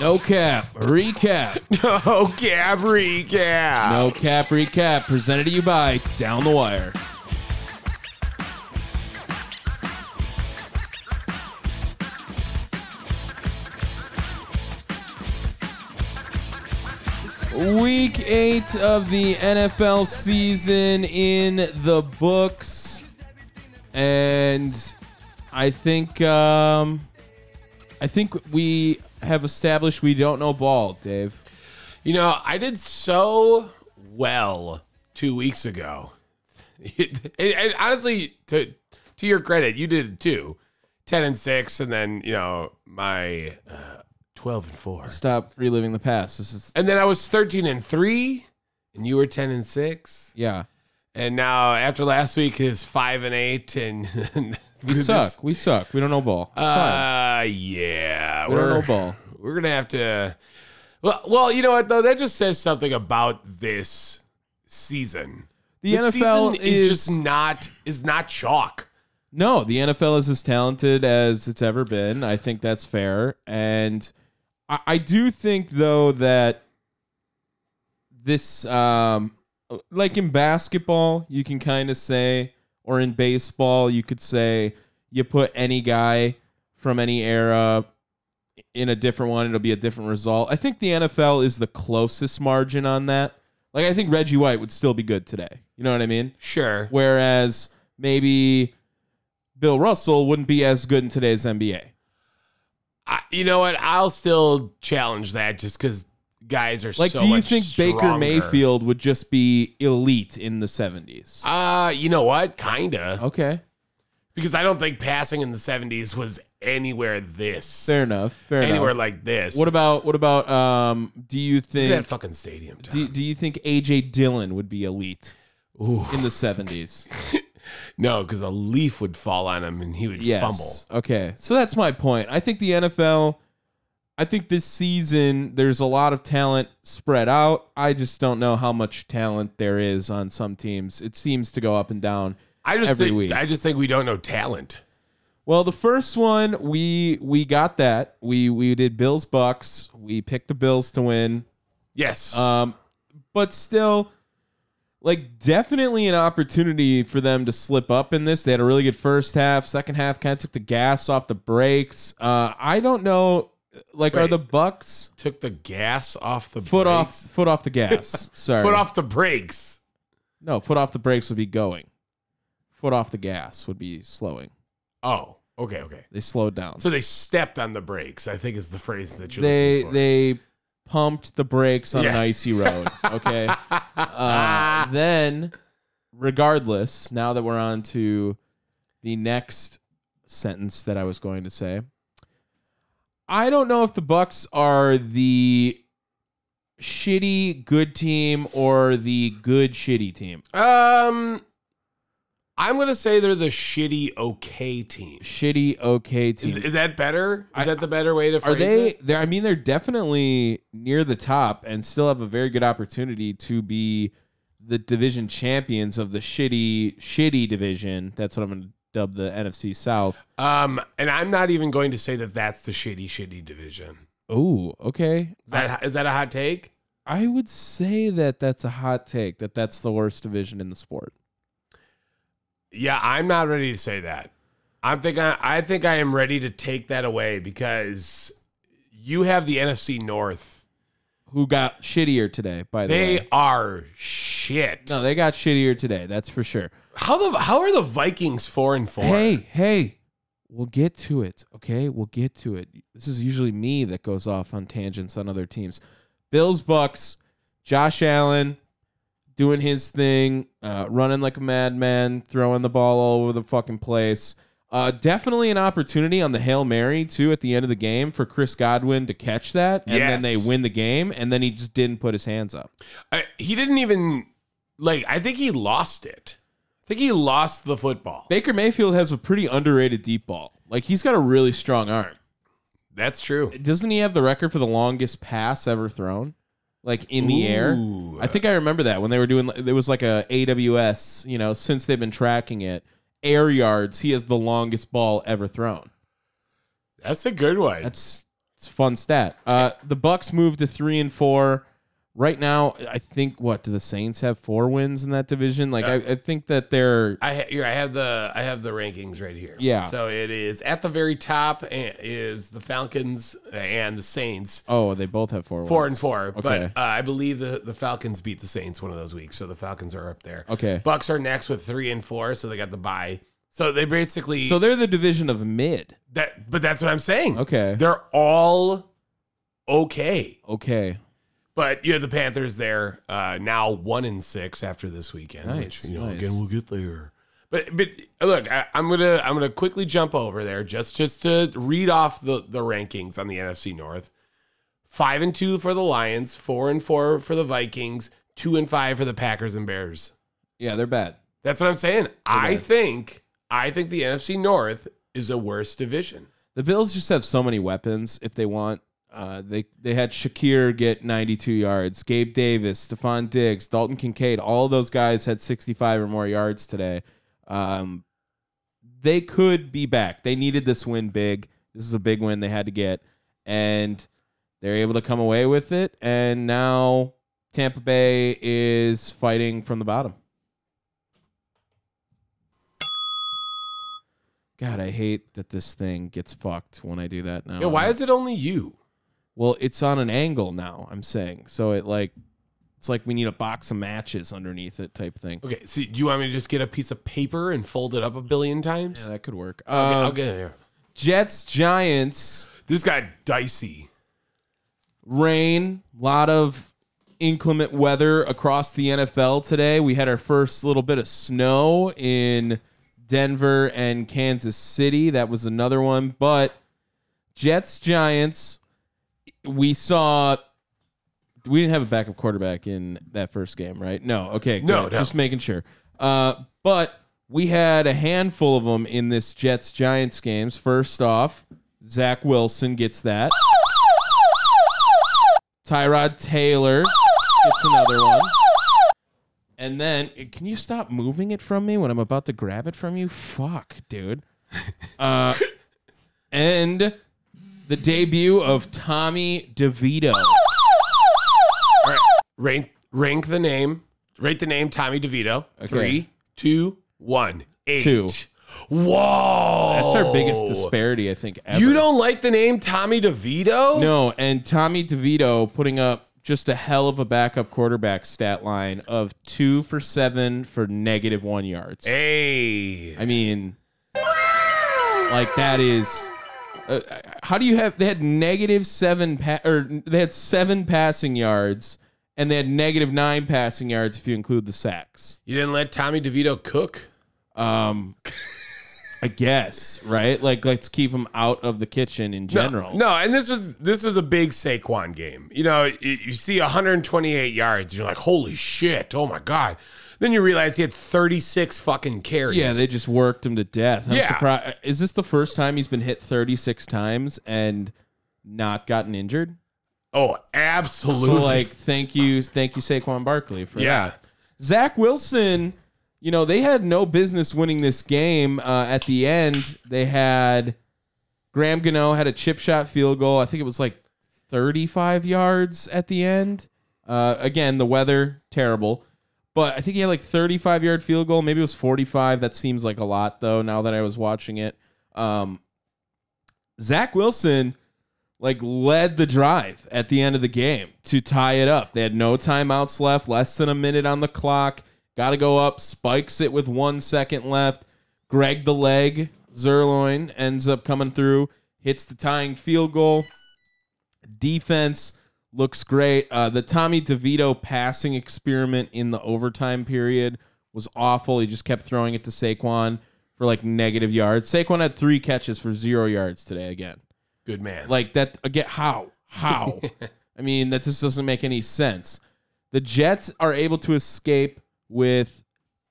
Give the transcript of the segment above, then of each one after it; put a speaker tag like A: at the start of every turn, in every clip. A: No cap. Recap.
B: Oh, Gab recap.
A: No cap. Recap. Presented to you by Down the Wire. Week eight of the NFL season in the books, and I think um, I think we have established we don't know ball, Dave.
B: You know, I did so well two weeks ago. It- it- and honestly, to to your credit, you did too. Ten and six, and then you know my uh, twelve and four,
A: Stop reliving the past. This is
B: and then I was thirteen and three, and you were ten and six,
A: yeah.
B: and now after last week is five and eight, and,
A: We suck. We suck. We don't know ball. It's fine.
B: Uh, er, yeah,
A: we don't know ball.
B: We're gonna have to. Well, well, you know what though? That just says something about this season.
A: The
B: This
A: NFL
B: season
A: is
B: just not is not chalk.
A: No, the NFL is as talented as it's ever been. I think that's fair. And I, I do think, though, that this, um, like in basketball, you can kind of say, or in baseball, you could say, you put any guy from any era in a different one, it'll be a different result. I think the NFL is the closest margin on that. Like, I think Reggie White would still be good today. You know what I mean?
B: Sure.
A: Whereas maybe Bill Russell wouldn't be as good in today's NBA.
B: I, you know what? I'll still challenge that just because guys are
A: Like,
B: so
A: do you
B: much
A: think Baker
B: stronger.
A: Mayfield would just be elite in the 70s?
B: Uh, you know what? Kinda
A: okay.
B: because I don't think passing in the seventies was anywhere this
A: Fair enough. Fair
B: anywhere
A: enough.
B: like this.
A: What about what about um do you
B: Look at that
A: think
B: fucking stadium? Tom.
A: do, do you think AJ Dillon would be elite
B: Ooh.
A: in the 70s?
B: No, because a leaf would fall on him and he would
A: yes.
B: fumble.
A: Okay. So that's my point. I think the NFL I think this season there's a lot of talent spread out. I just don't know how much talent there is on some teams. It seems to go up and down.
B: I just
A: every
B: think,
A: week.
B: I just think we don't know talent.
A: Well, the first one we we got that. We we did Bills Bucks. We picked the Bills to win.
B: Yes.
A: Um but still like definitely an opportunity for them to slip up in this. They had a really good first half. Second half kind of took the gas off the brakes. Uh I don't know like are
B: Wait.
A: the Bucks
B: Took the gas off the
A: foot off
B: brakes.
A: foot off the gas. Sorry.
B: foot off the brakes.
A: No, foot off the brakes would be going. Foot off the gas would be slowing.
B: Oh, okay, okay.
A: They slowed down.
B: So they stepped on the brakes. I think is the phrase that you're
A: they
B: looking for.
A: they pumped the brakes on an
B: Yeah.
A: icy road. Okay. uh, then, regardless, now that we're on to the next sentence that I was going to say, I don't know if the Bucks are the shitty good team or the good shitty team.
B: um, I'm gonna say they're the shitty okay team.
A: Shitty okay team.
B: Is, is that better? Is
A: I-
B: that the better way to
A: are
B: phrase
A: they
B: it?
A: they I mean they're definitely near the top and still have a very good opportunity to be the division champions of the shitty shitty division. That's what I'm going to dub the NFC South.
B: Um, and I'm not even going to say that that's the shitty shitty division.
A: Oh, okay.
B: Is that is that a hot take?
A: I would say that that's a hot take that that's the worst division in the sport.
B: Yeah, I'm not ready to say that. I'm think I, I think I am ready to take that away because you have the NFC North.
A: Who got shittier today by the
B: They
A: way?
B: are shit.
A: No, they got shittier today. That's for sure.
B: How the how are the Vikings four and four?
A: Hey, hey, we'll get to it. Okay, we'll get to it. This is usually me that goes off on tangents on other teams. Bills, Bucks, Josh Allen doing his thing, uh, running like a madman, throwing the ball all over the fucking place. Uh, definitely an opportunity on the Hail Mary, too, at the end of the game for Chris Godwin to catch that. And then
B: Yes.
A: they win the game. And then he just didn't put his hands up.
B: I, Uh, he didn't even like. I think he lost it. I think he lost the football.
A: Baker Mayfield has a pretty underrated deep ball. Like, he's got a really strong arm.
B: That's true.
A: doesn't he have the record for the longest pass ever thrown like in the air
B: Ooh.
A: i think i remember that when they were doing it was like a aws you know since they've been tracking it air yards he has the longest ball ever thrown
B: that's a good one.
A: that's It's a fun stat. Uh, the Bucks moved to three and four. Right now, I think what do the Saints have four wins in that division? Like I, I think that they're
B: I ha- here, I have the I have the rankings right here.
A: Yeah.
B: So it is at the very top eh, is the Falcons and the Saints.
A: oh they both have four
B: Four
A: wins.
B: and four, but
A: Okay.
B: uh, I believe the, the Falcons beat the Saints one of those weeks, so the Falcons are up there.
A: Okay.
B: Bucks are next with three and four, so they got the bye. So they basically
A: So they're the division of mid.
B: that, but that's what I'm saying.
A: Okay.
B: they're all okay.
A: Okay.
B: But you have the Panthers there uh, now, one and six after this weekend.
A: Nice,
B: which, you know,
A: nice.
B: again we'll get there. But but look, I, I'm gonna I'm gonna quickly jump over there just just to read off the the rankings on the NFC North. Five and two for the Lions, four and four for the Vikings, two and five for the Packers and Bears.
A: Yeah, they're bad.
B: That's what I'm saying. I
A: Okay.
B: think I think the NFC North is a worse division.
A: The Bills just have so many weapons if they want. Uh, they they had Shakir get 92 yards, Gabe Davis, Stephon Diggs, Dalton Kincaid. All those guys had 65 or more yards today. Um, they could be back. They needed this win big. This is a big win they had to get, and they're able to come away with it. And now Tampa Bay is fighting from the bottom. God, I hate that this thing gets fucked when I do that now.
B: Yeah, why is it only you?
A: Well, it's on an angle now, I'm saying. So it like it's like we need a box of matches underneath it type thing.
B: Okay, so do you want me to just get a piece of paper and fold it up a billion times?
A: Yeah, that could work.
B: Okay,
A: Um,
B: I'll get it here.
A: Jets, Giants,
B: This got dicey.
A: rain, lot of inclement weather across the NFL today. We had our first little bit of snow in Denver and Kansas City. That was another one, but Jets, Giants, we saw we didn't have a backup quarterback in that first game, right? No. Okay.
B: No,
A: good.
B: no.
A: Just making sure. Uh, but we had a handful of them in this Jets Giants games. First off, Zach Wilson gets that. Tyrod Taylor gets another one. And then, can you stop moving it from me when I'm about to grab it from you? Fuck, dude. Uh, and the debut of Tommy DeVito.
B: All right, rank rank the name. Rate the name Tommy DeVito. Three, two, one, eight.
A: Two.
B: Whoa,
A: That's our
B: Oh.
A: biggest disparity, I think. Ever.
B: You don't like the name Tommy DeVito?
A: No, and Tommy DeVito putting up just a hell of a backup quarterback stat line of two for seven for negative one yards.
B: Hey,
A: I mean, like that is. Uh, how do you have? They had negative seven pa- or they had seven passing yards, and they had negative nine passing yards if you include the sacks.
B: you didn't let Tommy DeVito cook.
A: Um, I guess right. Like let's keep them out of the kitchen in general.
B: No, and this was this was a big Saquon game. You know, you, you see 128 yards, you're like, holy shit, oh my god. Then you realize he had 36 fucking carries.
A: Yeah, they just worked him to death. I'm
B: Yeah.
A: surprised. Is this the first time he's been hit 36 times and not gotten injured?
B: oh,
A: So
B: absolutely.
A: like, thank you, thank you, Saquon Barkley for
B: yeah.
A: Zach Wilson, you know, they had no business winning this game. Uh, at the end, they had Graham Gano had a chip shot field goal. I think it was like 35 yards at the end. Uh, again, the weather terrible, but I think he had like 35 yard field goal. Maybe it was 45. That seems like a lot though. Now that I was watching it, um, Zach Wilson like led the drive at the end of the game to tie it up. They had no timeouts left, less than a minute on the clock. Got to go up, spikes it with one second left. Greg the leg, Zerloin ends up coming through, hits the tying field goal. Defense looks great. Uh, the Tommy DeVito passing experiment in the overtime period was awful. He just kept throwing it to Saquon for like negative yards. Saquon had three catches for zero yards today again.
B: Good man.
A: Like that again? How? How? I mean, that just doesn't make any sense. The Jets are able to escape with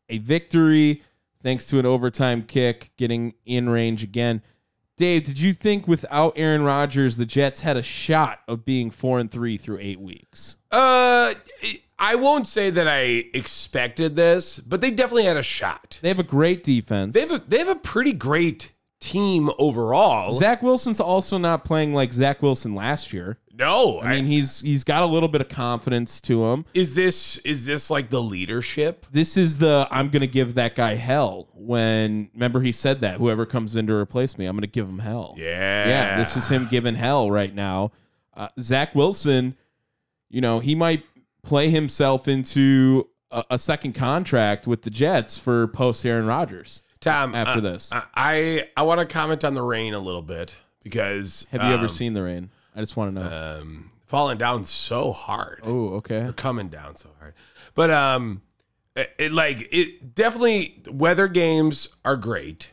A: a victory thanks to an overtime kick, getting in range again. Dave, did you think without Aaron Rodgers, the Jets had a shot of being four and three through eight weeks?
B: Uh, I won't say that I expected this, but they definitely had a shot.
A: They have a great defense.
B: They have a, they have a pretty great team overall.
A: Zach Wilson's also not playing like Zach Wilson last year.
B: no,
A: I mean, he's he's got a little bit of confidence to him.
B: is this is this like the leadership?
A: This is the I'm going to give that guy hell when remember he said that whoever comes in to replace me, I'm going to give him hell.
B: Yeah,
A: Yeah, this is him giving hell right now. Uh, Zach Wilson, you know, he might play himself into a, a second contract with the Jets for post Aaron Rodgers.
B: Tom.
A: after
B: uh,
A: this.
B: I I, I want to comment on the rain a little bit because
A: Have you ever
B: um,
A: seen the rain? I just want to know.
B: um, falling down so hard?
A: oh, okay.
B: coming down so hard. But um, it, it, like it definitely weather games are great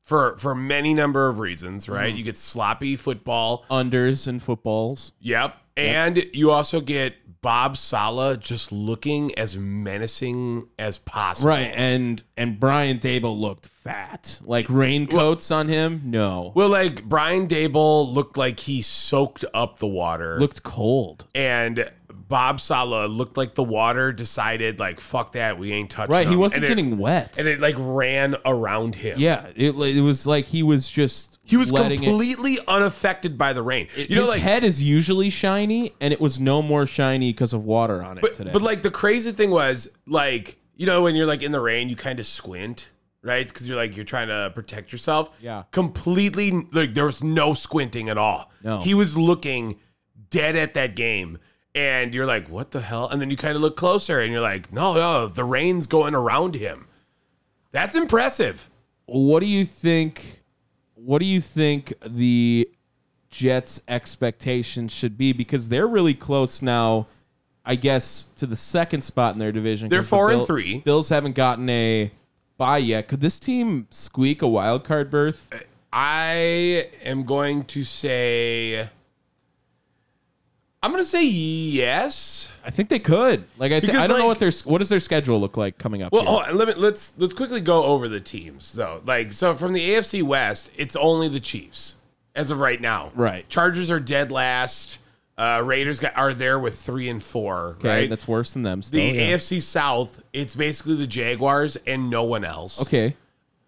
B: for for many number of reasons, right?
A: Mm-hmm.
B: You get sloppy football.
A: Unders and footballs.
B: Yep. And you also get Bob Sala just looking as menacing as possible.
A: Right, and and Brian Dable looked fat. Like raincoats on him? No.
B: Well, like Brian Dable looked like he soaked up the water.
A: Looked cold.
B: and Bob Sala looked like the water decided, like, fuck that, we ain't touching
A: Right, he
B: him.
A: wasn't
B: Um, And it-
A: getting wet.
B: and it like ran around him.
A: yeah, it, it was like he was just
B: He was
A: letting it
B: completely unaffected by the rain. you know,
A: his
B: like,
A: head is usually shiny, and it was no more shiny because of water on it today.
B: but like the crazy thing was, like, you know, when you're like in the rain, you kind of squint, right? Because you're like you're trying to protect yourself.
A: Yeah.
B: Completely, like there was no squinting at all.
A: No.
B: He was looking dead at that game, and you're like, what the hell? And then you kind of look closer, and you're like, no, no, the rain's going around him. That's impressive.
A: what do you think? What do you think the Jets' expectations should be? Because they're really close now, I guess, to the second spot in their division.
B: They're
A: 'cause the
B: four and three.
A: Bills haven't gotten a bye yet. Could this team squeak a wild card berth?
B: I am going to say. I'm going to say yes.
A: I think they could. Like I, th-
B: Because,
A: I don't know
B: like-
A: what their s- what does their schedule look like coming up.
B: Well, oh,
A: here?
B: hold on, let me, let's let's quickly go over the teams though. Like so, from the AFC West, it's only the Chiefs as of right now.
A: Right.
B: Chargers are dead last. Uh, Raiders got, are there with three and four.
A: okay,
B: right.
A: that's worse than them. Still,
B: the
A: yeah.
B: AFC South, it's basically the Jaguars and no one else.
A: okay,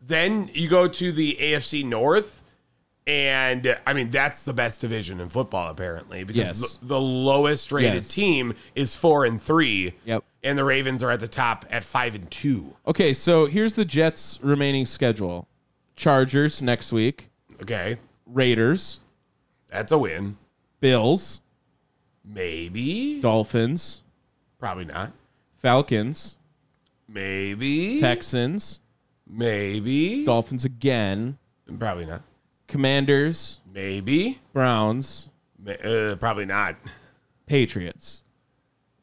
B: Then you go to the AFC North, and uh, I mean that's the best division in football apparently because
A: Yes.
B: the, the lowest rated
A: Yes.
B: team is four and three.
A: Yep.
B: And the Ravens are at the top at five and two.
A: okay. So here's the Jets' remaining schedule: Chargers next week,
B: Okay,
A: Raiders,
B: that's a win.
A: Bills,
B: Maybe,
A: Dolphins,
B: probably not.
A: Falcons,
B: Maybe,
A: Texans,
B: maybe,
A: Dolphins again,
B: probably not.
A: Commanders,
B: Maybe,
A: Browns,
B: Ma- uh, probably not.
A: Patriots.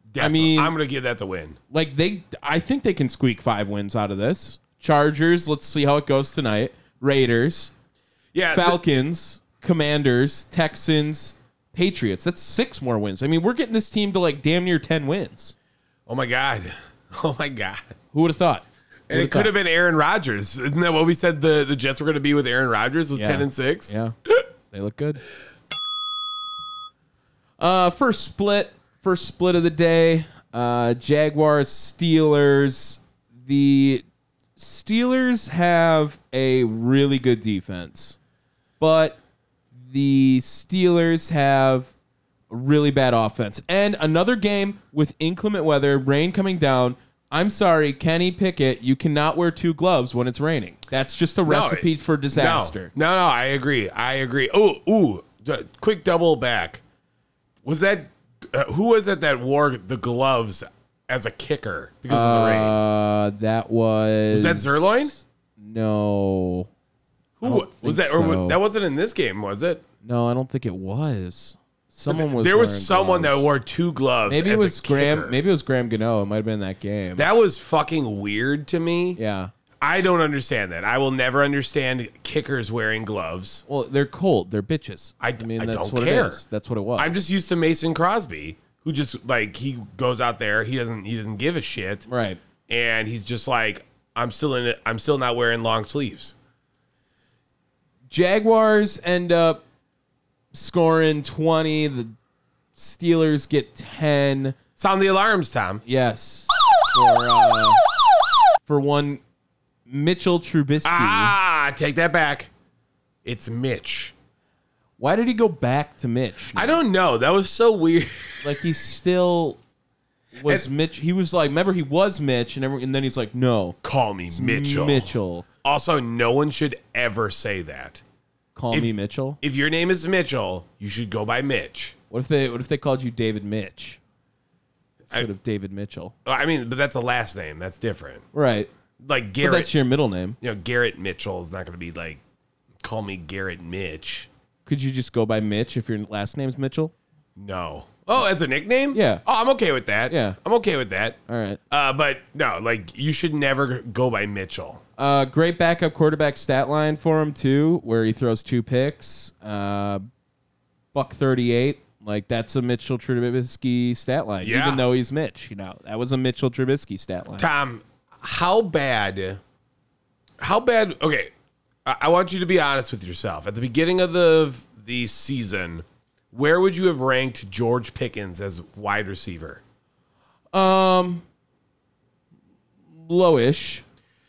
B: Definitely.
A: mean-
B: I'm gonna give that the win.
A: Like they, I think they can squeak five wins out of this. Chargers, let's see how it goes tonight. Raiders,
B: Yeah, the-
A: Falcons, Commanders, Texans, Patriots. That's six more wins. I mean, we're getting this team to like damn near ten wins.
B: oh my god, oh my god.
A: Who would have thought?
B: And it could have been Aaron Rodgers. Isn't that what we said the, the Jets were going to be with Aaron Rodgers was
A: Yeah.
B: 10 and 6?
A: Yeah, they look good. Uh, first split, first split of the day. Uh, Jaguars, Steelers. The Steelers have a really good defense, but the Steelers have a really bad offense. And another game with inclement weather, rain coming down. I'm sorry, Kenny Pickett, you cannot wear two gloves when it's raining. That's just a recipe for disaster.
B: No, no, no, I agree. I agree. Oh, ooh, d- quick double back. Was that uh, who was it that wore the gloves as a kicker because of the rain?
A: Uh, that was. Was
B: that Zerloin?
A: No,
B: Who was that?
A: think
B: Or
A: so.
B: wa- that wasn't in this game, was it?
A: no, I don't think it was. Someone was.
B: there was
A: wearing
B: someone
A: gloves.
B: that wore two gloves.
A: Maybe it
B: as a
A: was Graham.
B: kicker.
A: Maybe it was Graham Gano. It might have been that game.
B: that was fucking weird to me.
A: yeah.
B: I don't understand that. I will never understand kickers wearing gloves.
A: Well, they're cold. They're bitches.
B: I- I
A: that's
B: don't
A: what
B: care.
A: it is. That's what it was.
B: I'm just used to Mason Crosby, who just like he goes out there, he doesn't he doesn't give a shit,
A: right.
B: and he's just like, I'm still in it. I'm still not wearing long sleeves.
A: Jaguars end up scoring 20. The Steelers get 10.
B: Sound the alarms, Tom.
A: Yes. For, uh, for one, Mitchell Trubisky.
B: Ah, take that back. It's Mitch.
A: Why did he go back to Mitch?
B: I don't know. That was so weird.
A: Like he still was Mitch. He was like, remember he was Mitch, and every, and then he's like, no,
B: Call me Mitchell.
A: Mitchell.
B: Also, no one should ever say that.
A: Call me Mitchell.
B: If your name is Mitchell, you should go by Mitch.
A: What if they What if they called you David Mitch instead of David Mitchell?
B: I mean, but that's a last name. That's different.
A: Right.
B: Like
A: But
B: Garrett,
A: that's your middle name.
B: you know, Garrett Mitchell is not going to be like, call me Garrett Mitch.
A: Could you just go by Mitch if your last name's Mitchell?
B: No. Oh, as a nickname?
A: Yeah.
B: Oh, I'm okay with that.
A: Yeah.
B: I'm okay with that.
A: All right.
B: Uh, but no, like you should never go by Mitchell.
A: Uh, great backup quarterback stat line for him too, where he throws two picks. Uh, buck thirty-eight, like that's a Mitchell Trubisky stat line.
B: Yeah.
A: Even though he's Mitch, you know that was a Mitchell Trubisky stat line.
B: Tom, Um, how bad? How bad? Okay, I, I want you to be honest with yourself. At the beginning of the the season, where would you have ranked George Pickens as wide receiver?
A: Um, lowish.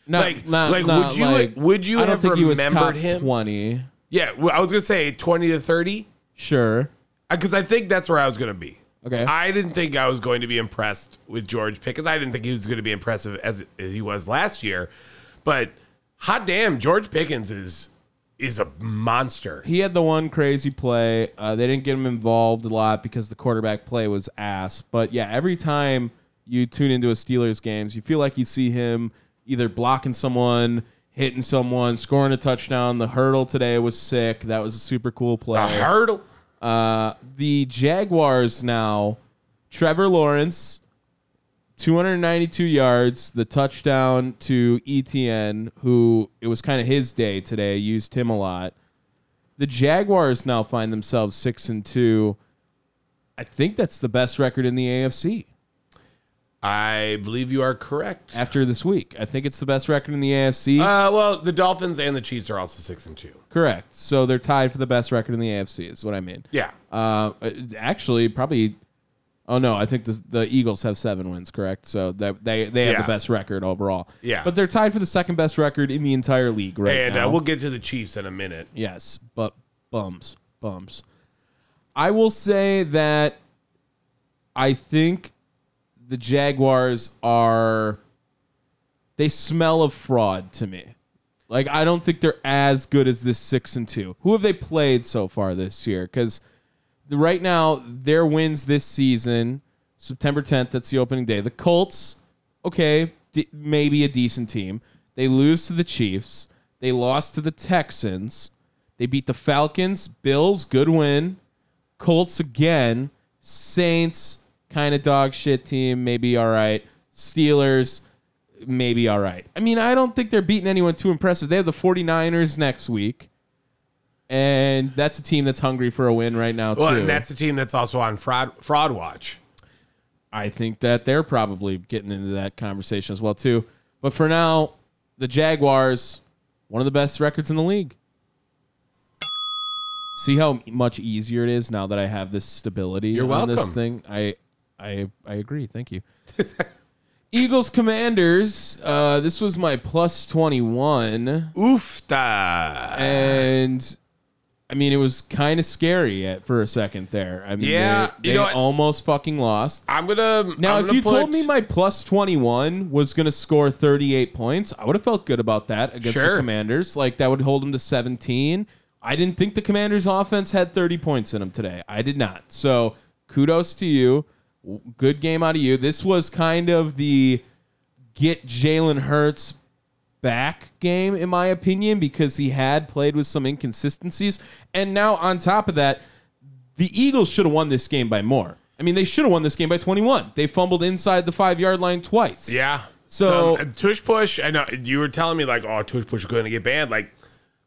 A: Not,
B: Like-
A: not,
B: like,
A: not,
B: would you-
A: like-
B: would you
A: I don't
B: have
A: think he was top
B: remembered him?
A: Twenty,
B: Yeah, well, I was gonna say twenty to thirty
A: sure.
B: because I think that's where I was gonna be.
A: Okay.
B: I didn't think I was going to be impressed with George Pickens. I didn't think he was going to be impressive as, as he was last year, but hot damn, George Pickens is is a monster.
A: he had the one crazy play. Uh, they didn't get him involved a lot because the quarterback play was ass. But yeah, every time you tune into a Steelers games, you feel like you see him either blocking someone, hitting someone, scoring a touchdown. The hurdle today was sick. That was a super cool play.
B: A hurdle.
A: Uh, the Jaguars now, Trevor Lawrence, 292 yards, the touchdown to ETN, who it was kind of his day today, used him a lot. The Jaguars now find themselves six and two. I think that's the best record in the AFC
B: I believe you are correct.
A: after this week. I think it's the best record in the AFC.
B: Uh, well, the Dolphins and the Chiefs are also six and two.
A: Correct. So they're tied for the best record in the AFC, is what I mean.
B: Yeah,
A: Uh, it's actually, probably. Oh no, I think the, the Eagles have seven wins, correct? So that they they have
B: Yeah.
A: the best record overall.
B: Yeah.
A: but they're tied for the second best record in the entire league right
B: and
A: now.
B: uh, we'll get to the Chiefs in a minute.
A: yes, but bums, bums. I will say that I think the Jaguars are they smell of fraud to me. Like I don't think they're as good as this six and two. Who have they played so far this year? Because right now their wins this season, September 10th, that's the opening day. The Colts, okay, d- maybe a decent team. They lose to the Chiefs. They lost to the Texans. They beat the Falcons. Bills, good win. Colts again. Saints, kind of dog shit team, maybe all right. Steelers, maybe all right. I mean, I don't think they're beating anyone too impressive. They have the 49ers next week. And that's a team that's hungry for a win right now, too.
B: Well, and that's the team that's also on fraud fraud watch.
A: I think that they're probably getting into that conversation as well, too. But for now, the Jaguars, one of the best records in the league. See how much easier it is now that I have this stability
B: You're
A: on this
B: welcome.
A: thing. I I I agree. Thank you. Eagles Commanders. Uh, this was my plus twenty one,
B: Oofta.
A: and I mean it was kind of scary at, for a second there. I mean,
B: Yeah,
A: they,
B: you know
A: they
B: what?
A: almost fucking lost.
B: I'm gonna
A: Now,
B: I'm
A: if
B: gonna
A: you told
B: put-
A: me my plus 21 was going to score 38 points, I would have felt good about that against the
B: Sure.
A: Commanders. Like, that would hold them to 17. I didn't think the Commanders' offense had 30 points in them today. I did not. So, kudos to you. W- Good game out of you. This was kind of the get Jalen Hurts back game, in my opinion, because he had played with some inconsistencies. And now, on top of that, the Eagles should have won this game by more. I mean, they should have won this game by 21. They fumbled inside the five yard line twice.
B: Yeah.
A: So-
B: Some- tush push. I know you were telling me like, oh, tush push is going to get banned. Like,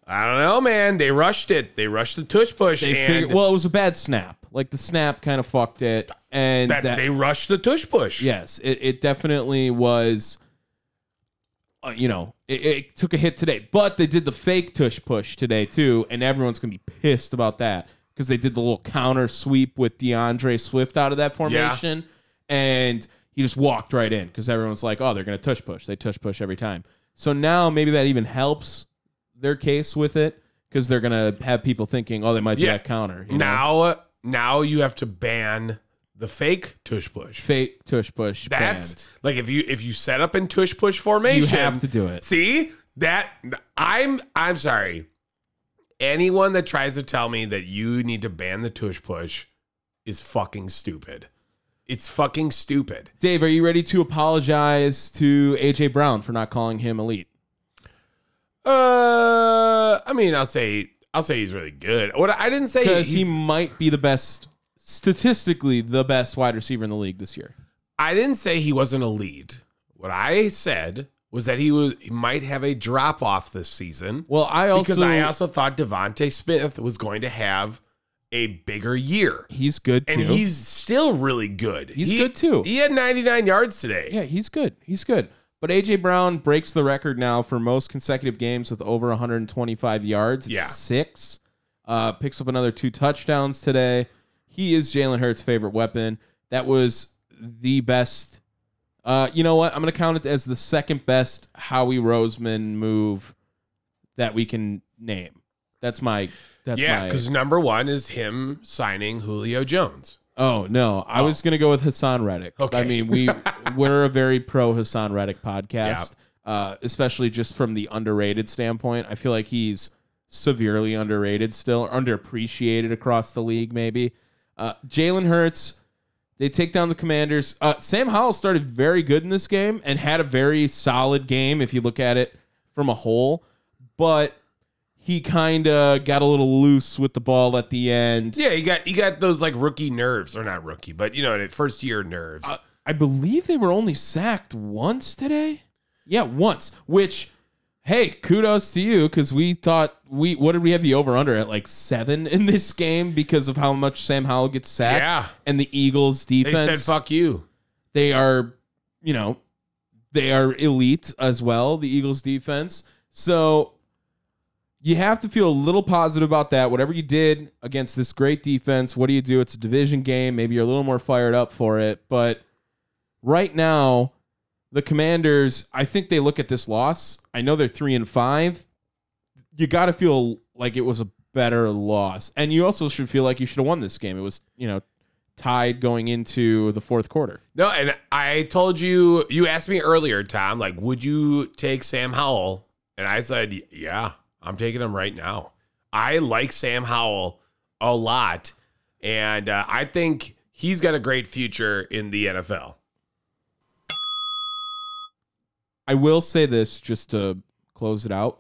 B: I don't know, man. They rushed it. They rushed the tush push,
A: They
B: and
A: figured- well, it was a bad snap. Like the snap kind of fucked it, and
B: that,
A: that-
B: they rushed the tush push.
A: yes, it, it definitely was. uh, you know, it, it took a hit today, but they did the fake tush push today too, and everyone's gonna be pissed about that because they did the little counter sweep with DeAndre Swift out of that formation, and he just walked right in because everyone's like, oh, they're gonna tush push. They tush push every time. So now maybe that even helps their case with it because they're gonna have people thinking, oh, they might do
B: Yeah.
A: that counter. you know?
B: Now, now you have to ban the fake tush push.
A: fake tush push.
B: That's
A: banned.
B: like if you if you set up in tush push formation,
A: you have to do it.
B: See that I'm I'm sorry. Anyone that tries to tell me that you need to ban the tush push is fucking stupid. It's fucking stupid.
A: Dave, are you ready to apologize to AJ Brown for not calling him elite?
B: Uh, I mean, I'll say I'll say he's really good. What I didn't say
A: Because he
B: he's-
A: might be the best, statistically the best wide receiver in the league this year.
B: I didn't say he wasn't a lead. What I said was that he was he might have a drop off this season
A: Well, I also,
B: because I also thought Devonte Smith was going to have a bigger year.
A: he's good too.
B: And he's still really good.
A: He's
B: He-
A: good, too.
B: He had 99 yards today.
A: yeah, he's good. He's good. But AJ Brown breaks the record now for most consecutive games with over 125 yards. It's
B: Yeah.
A: six. Uh, picks up another two touchdowns today. He is Jalen Hurts' favorite weapon. That was the best. Uh, you know what? I'm going to count it as the second best Howie Roseman move that we can name. That's my. That's
B: yeah,
A: my-
B: because number one is him signing Julio Jones.
A: Oh no, I was gonna go with Hassan Reddick. I
B: Okay.
A: mean we we're a very pro Hassan Reddick podcast, uh, especially just from the underrated standpoint. I feel like he's severely underrated still, or underappreciated across the league. Maybe uh, Jalen Hurts. They take down the Commanders. Uh, Sam Howell started very good in this game and had a very solid game if you look at it from a whole, but he kind of got a little loose with the ball at the end.
B: Yeah, he got he got those like rookie nerves, or not rookie, but you know, the first year nerves.
A: I believe they were only sacked once today. Yeah, once. Which, hey, kudos to you because we thought we what did we have the over under at like seven in this game because of how much Sam Howell gets sacked.
B: Yeah.
A: and the Eagles
B: they
A: defense.
B: said fuck you.
A: They are, you know, they are elite as well. The Eagles defense. So you have to feel a little positive about that. Whatever you did against this great defense, what do you do? It's a division game. Maybe you're a little more fired up for it. But right now, the Commanders, I think they look at this loss. I know they're three and five. You got to feel like it was a better loss. And you also should feel like you should have won this game. It was, you know, tied going into the fourth quarter.
B: No, and I told you you asked me earlier, Tom, like, would you take Sam Howell? And I said, Yeah, I'm taking him right now. I like Sam Howell a lot, and uh, I think he's got a great future in the NFL.
A: I will say this just to close it out.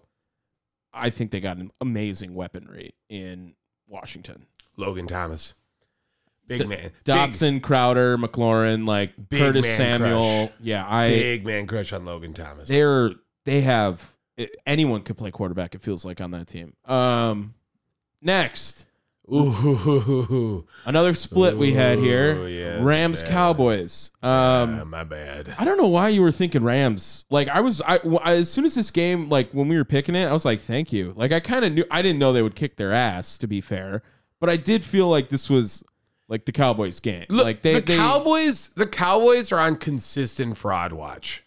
A: I think they got an amazing weaponry in Washington.
B: Logan Thomas, big
A: D-
B: man,
A: Dotson, Crowder, McLaurin, like
B: Big
A: Curtis
B: man
A: Samuel. Yeah, I
B: big, big man crush on Logan Thomas.
A: they're they have anyone could play quarterback. It feels like on that team. Um, next
B: Ooh,
A: another split we had here.
B: Ooh, yeah,
A: Rams
B: yeah.
A: Cowboys. Um,
B: uh, my bad.
A: I don't know why you were thinking Rams. Like I was, I, w- I- as soon as this game, like when we were picking it, I was like, thank you. Like I kind of knew, I didn't know they would kick their ass, to be fair, but I did feel like this was like the Cowboys game.
B: Look,
A: like they,
B: the
A: they
B: Cowboys, the Cowboys are on consistent fraud watch.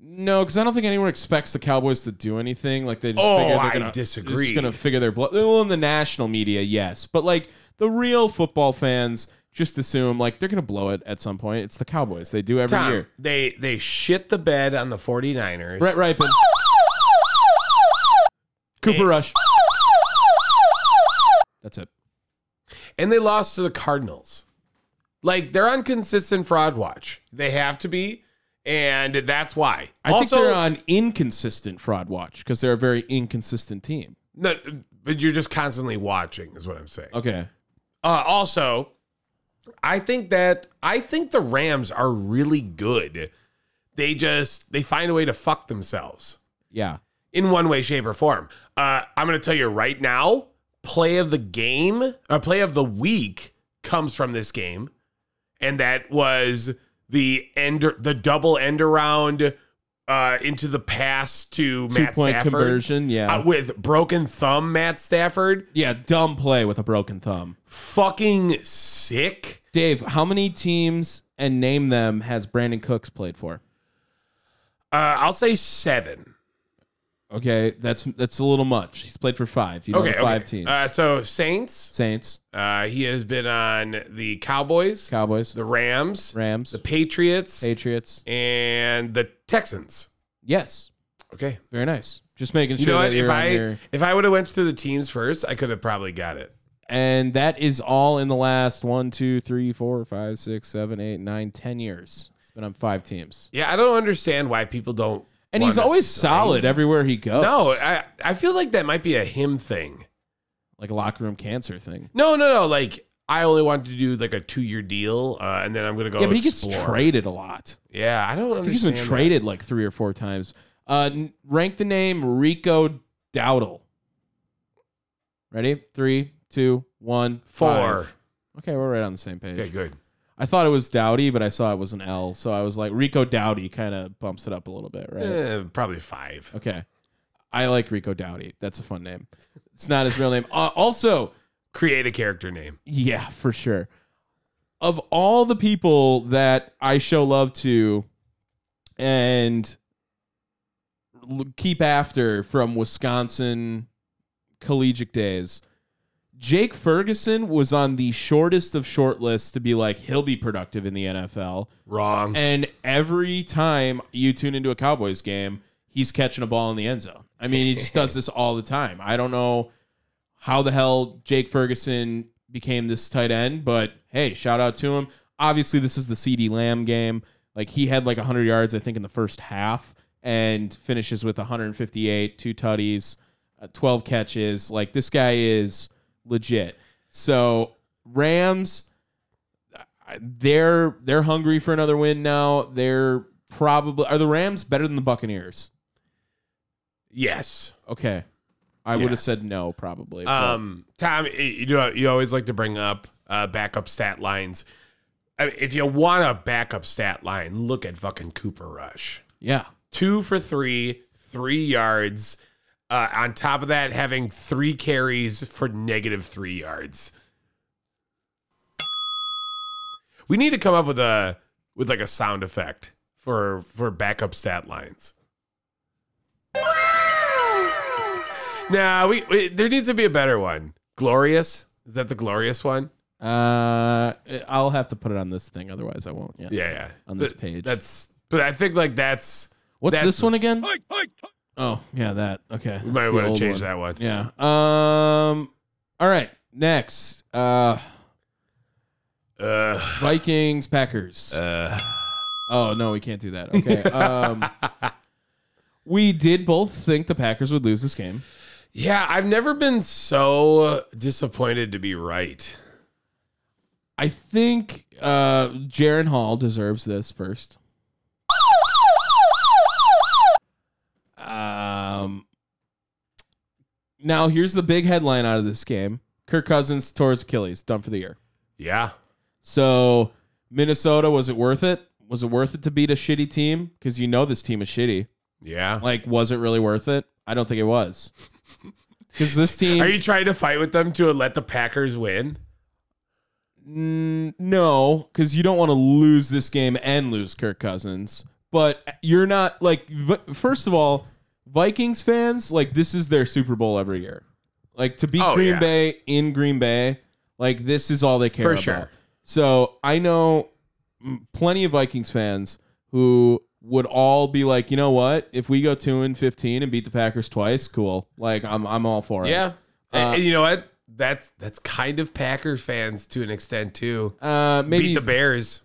A: no, because I don't think anyone expects the Cowboys to do anything. Like they just
B: Oh,
A: figure
B: I
A: they're gonna,
B: disagree.
A: Just gonna figure their blood. Well, in the national media, yes, but like the real football fans just assume like they're gonna blow it at some point. It's the Cowboys. They do every
B: Tom,
A: year.
B: They they shit the bed on the 49ers.
A: Brett Ripon. Cooper Rush. That's it.
B: And they lost to the Cardinals. Like they're on consistent fraud watch. They have to be. And that's why.
A: I
B: also,
A: think they're on inconsistent fraud watch because they're a very inconsistent team.
B: no, but you're just constantly watching, is what I'm saying.
A: Okay.
B: Uh, also, I think that I think the Rams are really good. They just they find a way to fuck themselves.
A: Yeah.
B: in one way, shape, or form. Uh, I'm going to tell you right now play of the game, uh, play of the week comes from this game. And that was the end, the double end around uh, into the pass to
A: Two
B: Matt
A: point
B: Stafford.
A: conversion. Yeah.
B: Uh, with broken thumb, Matt Stafford.
A: yeah. Dumb play with a broken thumb.
B: Fucking sick.
A: Dave, how many teams and name them has Brandon Cooks played for?
B: Uh, I'll say seven.
A: Okay, that's that's a little much. He's played for five. You know,
B: okay,
A: the five
B: okay.
A: teams:
B: Uh, so Saints.
A: Saints,
B: Uh, he has been on the Cowboys,
A: Cowboys,
B: the Rams,
A: Rams,
B: the Patriots,
A: Patriots.
B: and the Texans.
A: Yes,
B: Okay.
A: very nice. Just making
B: You
A: sure
B: know
A: that
B: what?
A: you're
B: If
A: on
B: I
A: your.
B: if I would have went through the teams first, I could have probably got it.
A: And that is all in the last one, two, three, four, five, six, seven, eight, nine, ten years. He's been on five teams,
B: Yeah, I don't understand why people don't.
A: and he's
B: wanna
A: always
B: sign
A: solid
B: him.
A: everywhere he goes.
B: No, I I feel like that might be a him thing.
A: like a locker room cancer thing.
B: No, no, no. Like I only want to do like a two year deal, uh, and then I'm gonna go.
A: yeah, but he gets
B: explore.
A: traded a lot.
B: Yeah, I don't
A: I
B: understand.
A: think he's been
B: that.
A: traded like three or four times. Uh, n- rank the name Rico Dowdle. Ready? Three, two, one,
B: Four.
A: five. Okay, we're right on the same page.
B: Okay, good.
A: I thought it was Dowdy, but I saw it was an L, so I was like, Rico Dowdy kind of bumps it up a little bit, right?
B: Eh, probably five.
A: Okay. I like Rico Dowdy. That's a fun name. It's not his real name. Uh, also,
B: Create a character name.
A: yeah, for sure. Of all the people that I show love to and l- keep after from Wisconsin collegiate days, Jake Ferguson was on the shortest of short lists to be like, he'll be productive in the NFL.
B: Wrong.
A: And every time you tune into a Cowboys game, he's catching a ball in the end zone. I mean, he just does this all the time. I don't know how the hell Jake Ferguson became this tight end, but hey, shout out to him. Obviously, this is the CD Lamb game. Like he had like 100 yards, I think, in the first half, and finishes with 158, two tutties, uh, 12 catches. Like this guy is legit. So Rams, I- they're they're hungry for another win now. They're probably are the Rams better than the Buccaneers?
B: Yes.
A: Okay, I would have
B: Yes.
A: said no probably. but-
B: Um, Tom, y- you know you always like to bring up uh, backup stat lines. I mean, if you want a backup stat line, look at fucking Cooper Rush.
A: yeah,
B: Two for three, three yards. Uh, on top of that, having three carries for negative three yards. We need to come up with a with like a sound effect for for backup stat lines. Nah, we, we there needs to be a better one. Glorious is that the glorious one?
A: uh, I'll have to put it on this thing, otherwise I won't. Yeah.
B: Yeah, yeah.
A: On this
B: Th-
A: page.
B: that's. But I think like that's
A: What's
B: that's-
A: this one again? Oh yeah, that okay.
B: we might want to change that one.
A: that. Yeah. Um. All right. Next, uh,
B: Uh,
A: Vikings Packers.
B: uh,
A: Oh no, we can't do that. Okay. Um, we did both think the Packers would lose this game.
B: yeah, I've never been so disappointed to be right.
A: I think uh Jaron Hall deserves this first. Um now here's the big headline out of this game. Kirk Cousins tore his Achilles, done for the year.
B: Yeah,
A: So Minnesota, was it worth it? Was it worth it to beat a shitty team? Because you know this team is shitty.
B: yeah.
A: Like, was it really worth it? I don't think it was. Because this team
B: Are you trying to fight with them to let the Packers win?
A: Mm, no, because you don't want to lose this game and lose Kirk Cousins. But you're not like, Vi- first of all, Vikings fans, like, this is their Super Bowl every year. Like, to beat
B: Oh,
A: Green
B: yeah.
A: Bay in Green Bay, like, this is all they care
B: For
A: about.
B: sure.
A: So I know mm, plenty of Vikings fans who would all be like, you know what? If we go 2 and 15 and beat the Packers twice, cool. Like, I'm, I'm all for it.
B: Yeah,
A: Uh,
B: and, and you know what? That's that's kind of Packer fans to an extent too.
A: Uh, maybe
B: Beat the Bears.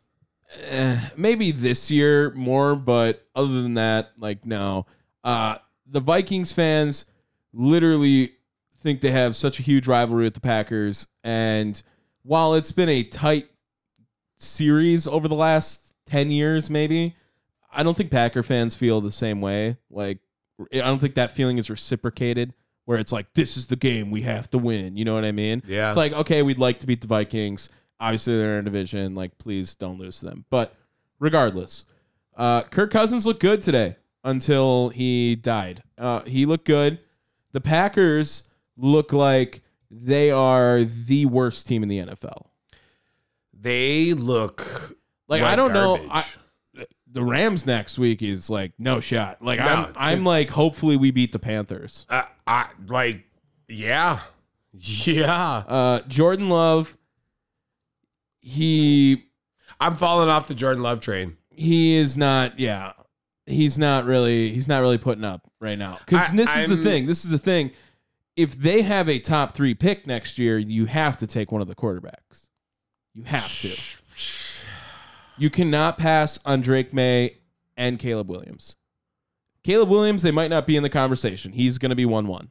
A: eh, maybe this year more, but other than that, like no. Uh, the Vikings fans literally think they have such a huge rivalry with the Packers, and while it's been a tight series over the last ten years, maybe I don't think Packer fans feel the same way. Like I don't think that feeling is reciprocated. Where it's like this is the game we have to win. You know what I mean?
B: Yeah.
A: It's like, okay, we'd like to beat the Vikings. Obviously, they're in a division. Like, please don't lose to them. But regardless, uh, Kirk Cousins looked good today until he died. Uh, he looked good. The Packers look like they are the worst team in the NFL.
B: They look
A: Like, I don't know. I,
B: garbage.
A: the Rams next week is like no shot. Like I'm,
B: No,
A: I'm like hopefully we beat the Panthers.
B: Uh, I like, yeah, yeah.
A: Uh, Jordan Love, he
B: I'm falling off the Jordan Love train.
A: he is not. Yeah, he's not really. He's not really putting up right now. Because
B: I-
A: this is the
B: I'm-
A: thing. This is the thing. If they have a top three pick next year, you have to take one of the quarterbacks. You have to. You cannot pass on Drake May and Caleb Williams. Caleb Williams, they might not be in the conversation. He's going to be one-one,